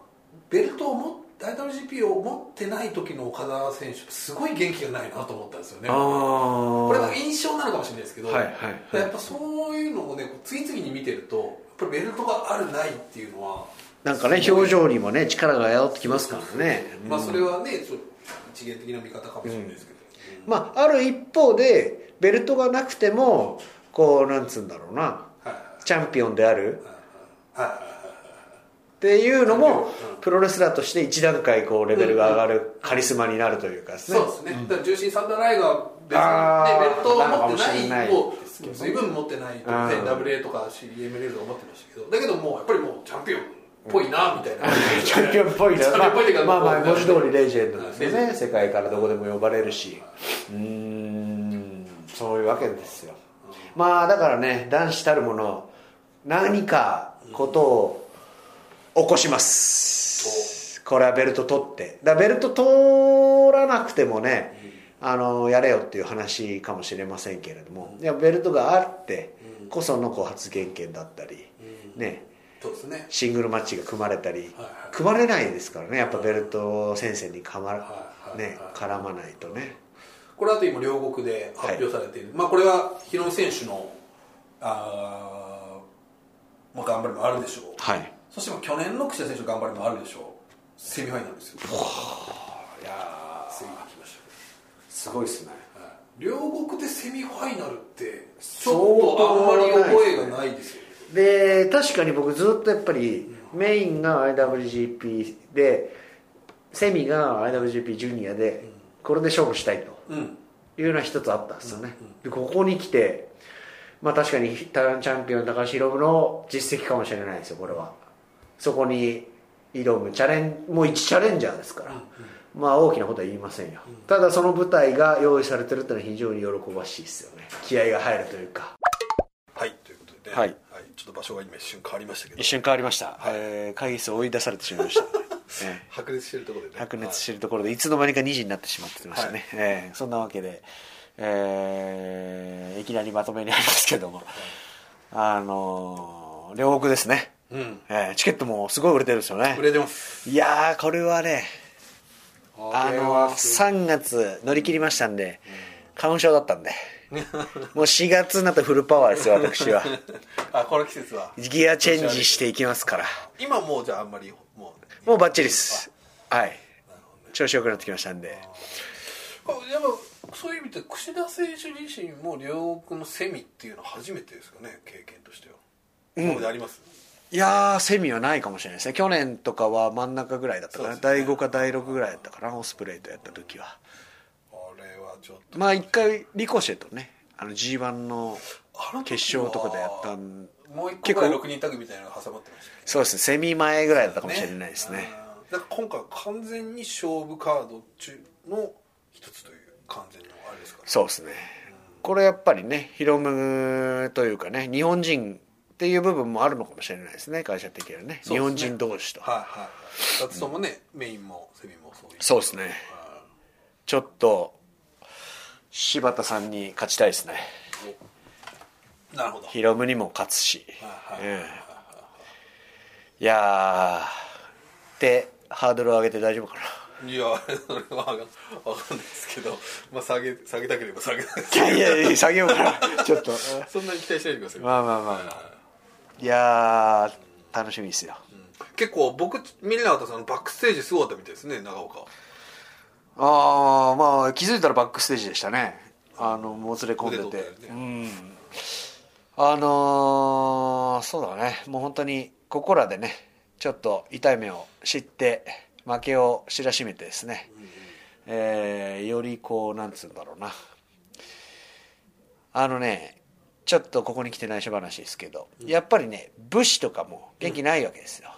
[SPEAKER 2] ベルトを持って IWGP を持ってない時の岡田選手すごい元気がないなと思ったんですよね
[SPEAKER 1] ああ
[SPEAKER 2] これが印象なのかもしれないですけど、
[SPEAKER 1] はいはいはい
[SPEAKER 2] やっぱそういうのをねこう次々に見てるとやっぱりベルトがあるないっていうのは
[SPEAKER 1] なんかね
[SPEAKER 2] すごい
[SPEAKER 1] 表情にもね力が宿ってきますからね
[SPEAKER 2] まあ
[SPEAKER 1] うん
[SPEAKER 2] それはねちょっと一元的な見方かもしれないですけど、
[SPEAKER 1] まあある一方でベルトがなくてもこうなんつうんだろうな
[SPEAKER 2] はい
[SPEAKER 1] チャンピオンである
[SPEAKER 2] はいはいはい
[SPEAKER 1] っていうのも
[SPEAKER 2] うん
[SPEAKER 1] プロレスラーとして一段階こうレベルが上がるカリスマになるというかですね
[SPEAKER 2] そうですね、だから重心サンダーライガー別
[SPEAKER 1] あー
[SPEAKER 2] にねベルトを持
[SPEAKER 1] なのかもし
[SPEAKER 2] っ
[SPEAKER 1] れ
[SPEAKER 2] て
[SPEAKER 1] な
[SPEAKER 2] ないいを随分持ってないと
[SPEAKER 1] うん
[SPEAKER 2] NWA とか CMLL とか持ってましたけどだけどもうやっぱりもうチャンピオンっぽいなみたいな、
[SPEAKER 1] チャンピオンっぽい
[SPEAKER 2] チ
[SPEAKER 1] な、
[SPEAKER 2] ャン
[SPEAKER 1] まあ
[SPEAKER 2] ピオンっぽいっていうか、
[SPEAKER 1] まあまあ
[SPEAKER 2] こう
[SPEAKER 1] 文字通りレジェンドですよ
[SPEAKER 2] うんレ
[SPEAKER 1] ね世界からどこでも呼ばれるしうーんそういうわけですよまあだからね男子たるもの何かことを起こしますこれはベルト取ってだからベルト取らなくてもねあのやれよっていう話かもしれませんけれどもいやベルトがあってこそのこう発言権だったりね
[SPEAKER 2] そうですね
[SPEAKER 1] シングルマッチが組まれたり
[SPEAKER 2] はいはい
[SPEAKER 1] 組まれないですからねやっぱベルト戦線にかま、
[SPEAKER 2] はい
[SPEAKER 1] ね、絡まないとね
[SPEAKER 2] これあと今両国で発表されている、まあこれは広野選手のあー、まあ、頑張りもあるでしょう
[SPEAKER 1] はい
[SPEAKER 2] そしても去年の櫛田選手の頑張りもあるでしょうセミファイナルですよ
[SPEAKER 1] いや
[SPEAKER 2] セミファイナル来ました
[SPEAKER 1] すごいですね
[SPEAKER 2] よはい両国でセミファイナルってち
[SPEAKER 1] 相
[SPEAKER 2] ょっとあ
[SPEAKER 1] 当
[SPEAKER 2] んま
[SPEAKER 1] ない
[SPEAKER 2] り
[SPEAKER 1] ですね
[SPEAKER 2] 覚えがないですよね
[SPEAKER 1] で確かに僕ずっとやっぱりメインが IWGP でセミが IWGP ジュニアでこれで勝負したいと
[SPEAKER 2] うん
[SPEAKER 1] いうのは一つあったんですよね、でここに来てまあ確かにタランチャンピオン高橋宏夢の実績かもしれないですよこれはそこに挑むチャレンもう一チャレンジャーですから、まあ大きなことは言いませんよ、ただその舞台が用意されてるってのは非常に喜ばしいですよね気合が入るというか
[SPEAKER 2] はいということでね、
[SPEAKER 1] はい
[SPEAKER 2] ちょっと場所が今一瞬変わりましたけど
[SPEAKER 1] 一瞬変わりました、えー会議室を追い出されてしまいま した、え
[SPEAKER 2] 白熱してるところで
[SPEAKER 1] ー白熱してるところでいつの間にか2時になってしまってましたね、えーそんなわけで、えーいきなりまとめになりますけども、あのー両国ですね、
[SPEAKER 2] はいうん
[SPEAKER 1] えーチケットもすごい売れてるんですよね
[SPEAKER 2] 売れてます
[SPEAKER 1] いやーこれはねあ
[SPEAKER 2] れ
[SPEAKER 1] の
[SPEAKER 2] はすごい
[SPEAKER 1] 3月乗り切りましたんで花粉症だった んでもう4月になったらフルパワーですよ私 は
[SPEAKER 2] あこの季節は
[SPEAKER 1] ギアチェンジしていきますから
[SPEAKER 2] 今もうじゃああんまりもう
[SPEAKER 1] もうバッチリですはい調子良くなってきましたんで
[SPEAKER 2] あでもそういう意味で櫛田選手自身も両国のセミっていうのは初めてですかね経験としては、今まであります
[SPEAKER 1] いやーセミはないかもしれないですね去年とかは真ん中ぐらいだったかな、
[SPEAKER 2] そうです
[SPEAKER 1] 第5か第6ぐらいだったかなオスプレイとやった時は
[SPEAKER 2] あれはちょっと
[SPEAKER 1] まあ一回リコシェとねあの G1 の
[SPEAKER 2] あの時は
[SPEAKER 1] 決勝とかでやったん
[SPEAKER 2] もう一
[SPEAKER 1] 結構
[SPEAKER 2] 個ぐらい6人タッグみたいなのが挟まってました
[SPEAKER 1] そうですねセミ前ぐらいだったかも
[SPEAKER 2] ね
[SPEAKER 1] しれないですね
[SPEAKER 2] うんだから今回は完全に勝負カード中の一つという完全のあれですから
[SPEAKER 1] そうですねこれやっぱりねヒロムというかね日本人っていう部分もあるのかもしれないですね会社的にはね
[SPEAKER 2] そう
[SPEAKER 1] 日
[SPEAKER 2] ですね
[SPEAKER 1] 本人同士と、
[SPEAKER 2] はいはい2つともね、メインもセミもそういう
[SPEAKER 1] そうですね
[SPEAKER 2] は
[SPEAKER 1] ちょっと柴田さんに勝ちたいですね
[SPEAKER 2] いおなるほど
[SPEAKER 1] ヒロムにも勝つし、
[SPEAKER 2] はいはい
[SPEAKER 1] うん、いやーでハードルを上げて大丈夫かない
[SPEAKER 2] やそれは分かんないですけど、まあ、下げ下げたければ下げたいです
[SPEAKER 1] いやいやい や下げようかなちょっと
[SPEAKER 2] そんなに期待しないでください、
[SPEAKER 1] まあまあまあいやー楽しみですよ
[SPEAKER 2] 結構僕見れなかったそのバックステージすごかったみたいですね長岡
[SPEAKER 1] ああまあ気づいたらバックステージでしたねあのもつれ込んで、
[SPEAKER 2] 腕取ってたよ
[SPEAKER 1] うんあのーそうだねもう本当にここらでねちょっと痛い目を知って負けを知らしめてですね、えーよりこうなんつうんだろうなあのねちょっとここに来て内緒話ですけど、やっぱりね武士とかも元気ないわけですよ、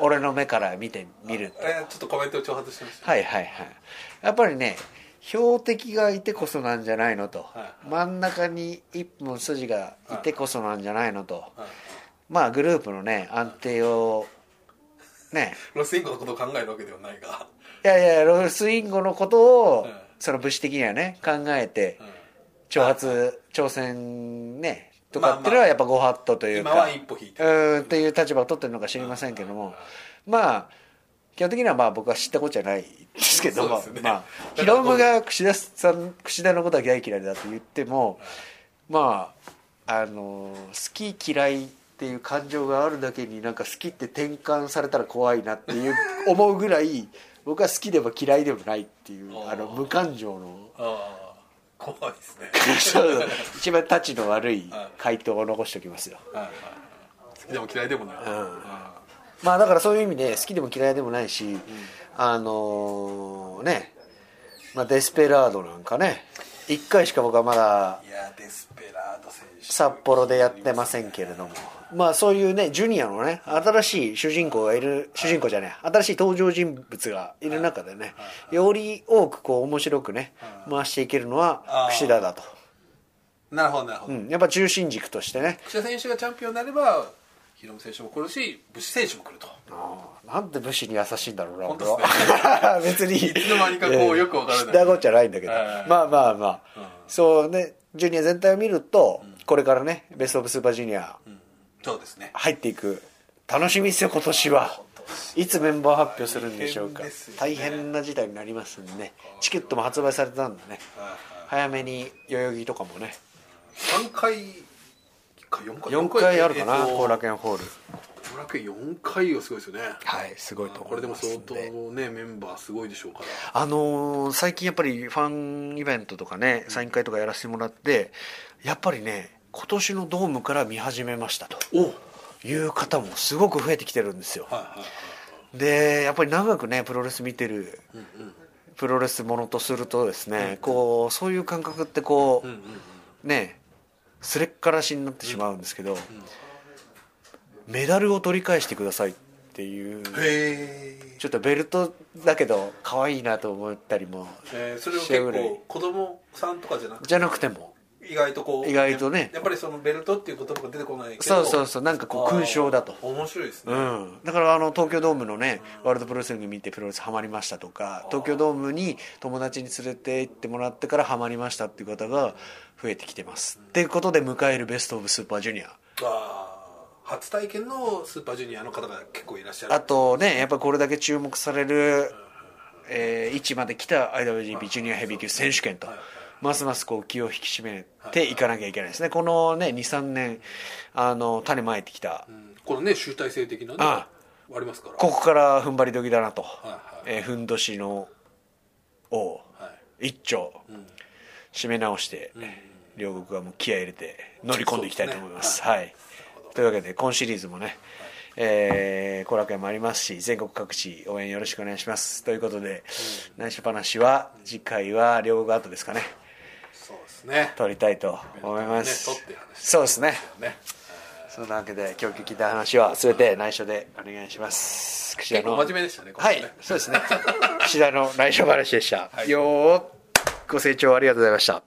[SPEAKER 1] 俺の目から見てみると
[SPEAKER 2] えーちょっとコメントを挑発してました
[SPEAKER 1] はいはいはいやっぱりね標的がいてこそなんじゃないのと、
[SPEAKER 2] いは
[SPEAKER 1] 真ん中に一本筋がいてこそなんじゃないのと、
[SPEAKER 2] はい
[SPEAKER 1] まあグループのね安定をね
[SPEAKER 2] ロスインゴのことを考えるわけではないが、
[SPEAKER 1] いやいやロスインゴのことを、
[SPEAKER 2] うん
[SPEAKER 1] その武士的にはね考えて挑発挑戦ねと
[SPEAKER 2] まあ
[SPEAKER 1] か
[SPEAKER 2] まあ
[SPEAKER 1] っていうのはやっぱご法度という
[SPEAKER 2] 今
[SPEAKER 1] か、
[SPEAKER 2] は一歩引いて
[SPEAKER 1] う
[SPEAKER 2] る
[SPEAKER 1] ーんっていう立場を取ってるのか知りませんけども、まあ基本的にはまあ僕は知ったことじゃないですけども、
[SPEAKER 2] そうですね
[SPEAKER 1] まあヒロムが櫛田さん櫛田のことは嫌い嫌いだと言っても、まああの好き嫌いっていう感情があるだけになんか好きって転換されたら怖いなっていう思うぐら い僕は好きでも嫌いでもないっていうあの無感情の
[SPEAKER 2] ああ怖いですね
[SPEAKER 1] そう一番たちの悪い回答を残しておきますよ。
[SPEAKER 2] はいはい好きでも嫌いでもない、あ
[SPEAKER 1] まあだからそういう意味で好きでも嫌いでもないし、あのね、まあ、デスペラードなんかね1回しか僕はまだ
[SPEAKER 2] ーいやデスペラード選手
[SPEAKER 1] 札幌でやってませんけれどもまあそういうねジュニアのね新しい主人公がいる主人公じゃない新しい登場人物がいる中でねより多くこう面白くね回していけるのは櫛田だと、
[SPEAKER 2] なるほどなるほ
[SPEAKER 1] う
[SPEAKER 2] ど、
[SPEAKER 1] ん、やっぱ中心軸としてね
[SPEAKER 2] 櫛田選手がチャンピオンになればヒロム選手も来るし武士選手も来ると
[SPEAKER 1] ああなんで武士に優しいんだろうな
[SPEAKER 2] 本当
[SPEAKER 1] 俺
[SPEAKER 2] っすね
[SPEAKER 1] は 別に
[SPEAKER 2] いつの間にかこうよくわからない
[SPEAKER 1] 知ったことじゃないんだけど、
[SPEAKER 2] はいはいはい
[SPEAKER 1] まあまあまあ、そうねジュニア全体を見ると、これからねベスト・オブ・スーパージュニア
[SPEAKER 2] そうですね
[SPEAKER 1] 入っていく楽しみですよ今年はいつメンバー発表するんでしょうか
[SPEAKER 2] 大変ですよね
[SPEAKER 1] 大変,、な事態になりますんでねチケットも発売されたんでね早めに代々木とかもね
[SPEAKER 2] 3回か4回
[SPEAKER 1] 4回あるかな後
[SPEAKER 2] 後
[SPEAKER 1] 楽
[SPEAKER 2] 楽
[SPEAKER 1] 園ホール
[SPEAKER 2] 後楽園4回はすごいですよね
[SPEAKER 1] はいすごいと思
[SPEAKER 2] これで
[SPEAKER 1] い
[SPEAKER 2] も
[SPEAKER 1] ます
[SPEAKER 2] 相
[SPEAKER 1] ん
[SPEAKER 2] 当ねメンバーすごいでしょうから
[SPEAKER 1] あのー最近やっぱりファンイベントとかねサイン会とかやらせてもらってやっぱりね今年のドームから見始めましたと
[SPEAKER 2] お
[SPEAKER 1] いう方もすごく増えてきてるんですよ
[SPEAKER 2] はいはい
[SPEAKER 1] でやっぱり長くねプロレス見てるプロレスものとするとですねこうそういう感覚ってこ
[SPEAKER 2] うんうんうん
[SPEAKER 1] うねすれっからしになってしまうんですけどメダルを取り返してくださいっていう
[SPEAKER 2] へー
[SPEAKER 1] ちょっとベルトだけど可愛いなと思ったりも
[SPEAKER 2] えーそれを
[SPEAKER 1] 試合ぐ
[SPEAKER 2] 結
[SPEAKER 1] らい
[SPEAKER 2] 構子供さんとかじゃなくて
[SPEAKER 1] じゃなくても
[SPEAKER 2] 意外とこう
[SPEAKER 1] 意外とね
[SPEAKER 2] やっぱりそのベルトっていう言葉が出てこないけど
[SPEAKER 1] そうそうそうなんかこう勲章だと
[SPEAKER 2] あー面白いですね、
[SPEAKER 1] うん、だからあの東京ドームのねワールドプロレスリング見てプロレスハマりましたとか東京ドームに友達に連れて行ってもらってからハマりましたっていう方が増えてきてます。っていうことで迎えるベスト・オブ・スーパージュニア
[SPEAKER 2] あー初体験のスーパージュニアの方が結構いらっしゃる
[SPEAKER 1] あとねやっぱこれだけ注目される、えー位置まで来た IWGP ジュニアヘビー級選手権とますますこう気を引き締めていかなきゃいけないですねこのね23年あの種まいてきた
[SPEAKER 2] うんこのね集大成的なね
[SPEAKER 1] あ
[SPEAKER 2] ありますから
[SPEAKER 1] ここから踏ん張り時だなと、
[SPEAKER 2] は
[SPEAKER 1] えーふんどしの王一丁、締め直して、両国はもう気合い入れて乗り込んでいきたいと思います
[SPEAKER 2] そうですね
[SPEAKER 1] はい、というわけで今シリーズもね後、えー後楽園もありますし全国各地応援よろしくお願いしますということで、内緒話は次回は両国後ですかね
[SPEAKER 2] そうですですね
[SPEAKER 1] 取りたいと思います、
[SPEAKER 2] ね取って話
[SPEAKER 1] そうですね
[SPEAKER 2] ね
[SPEAKER 1] そんなわけで今日聞いた話は全て内緒でお願いします串田
[SPEAKER 2] 結構
[SPEAKER 1] の
[SPEAKER 2] 真面目でしたね今
[SPEAKER 1] は
[SPEAKER 2] 回
[SPEAKER 1] い
[SPEAKER 2] ね
[SPEAKER 1] そうですね串田の内緒話でした、
[SPEAKER 2] はい
[SPEAKER 1] よーご清聴ありがとうございました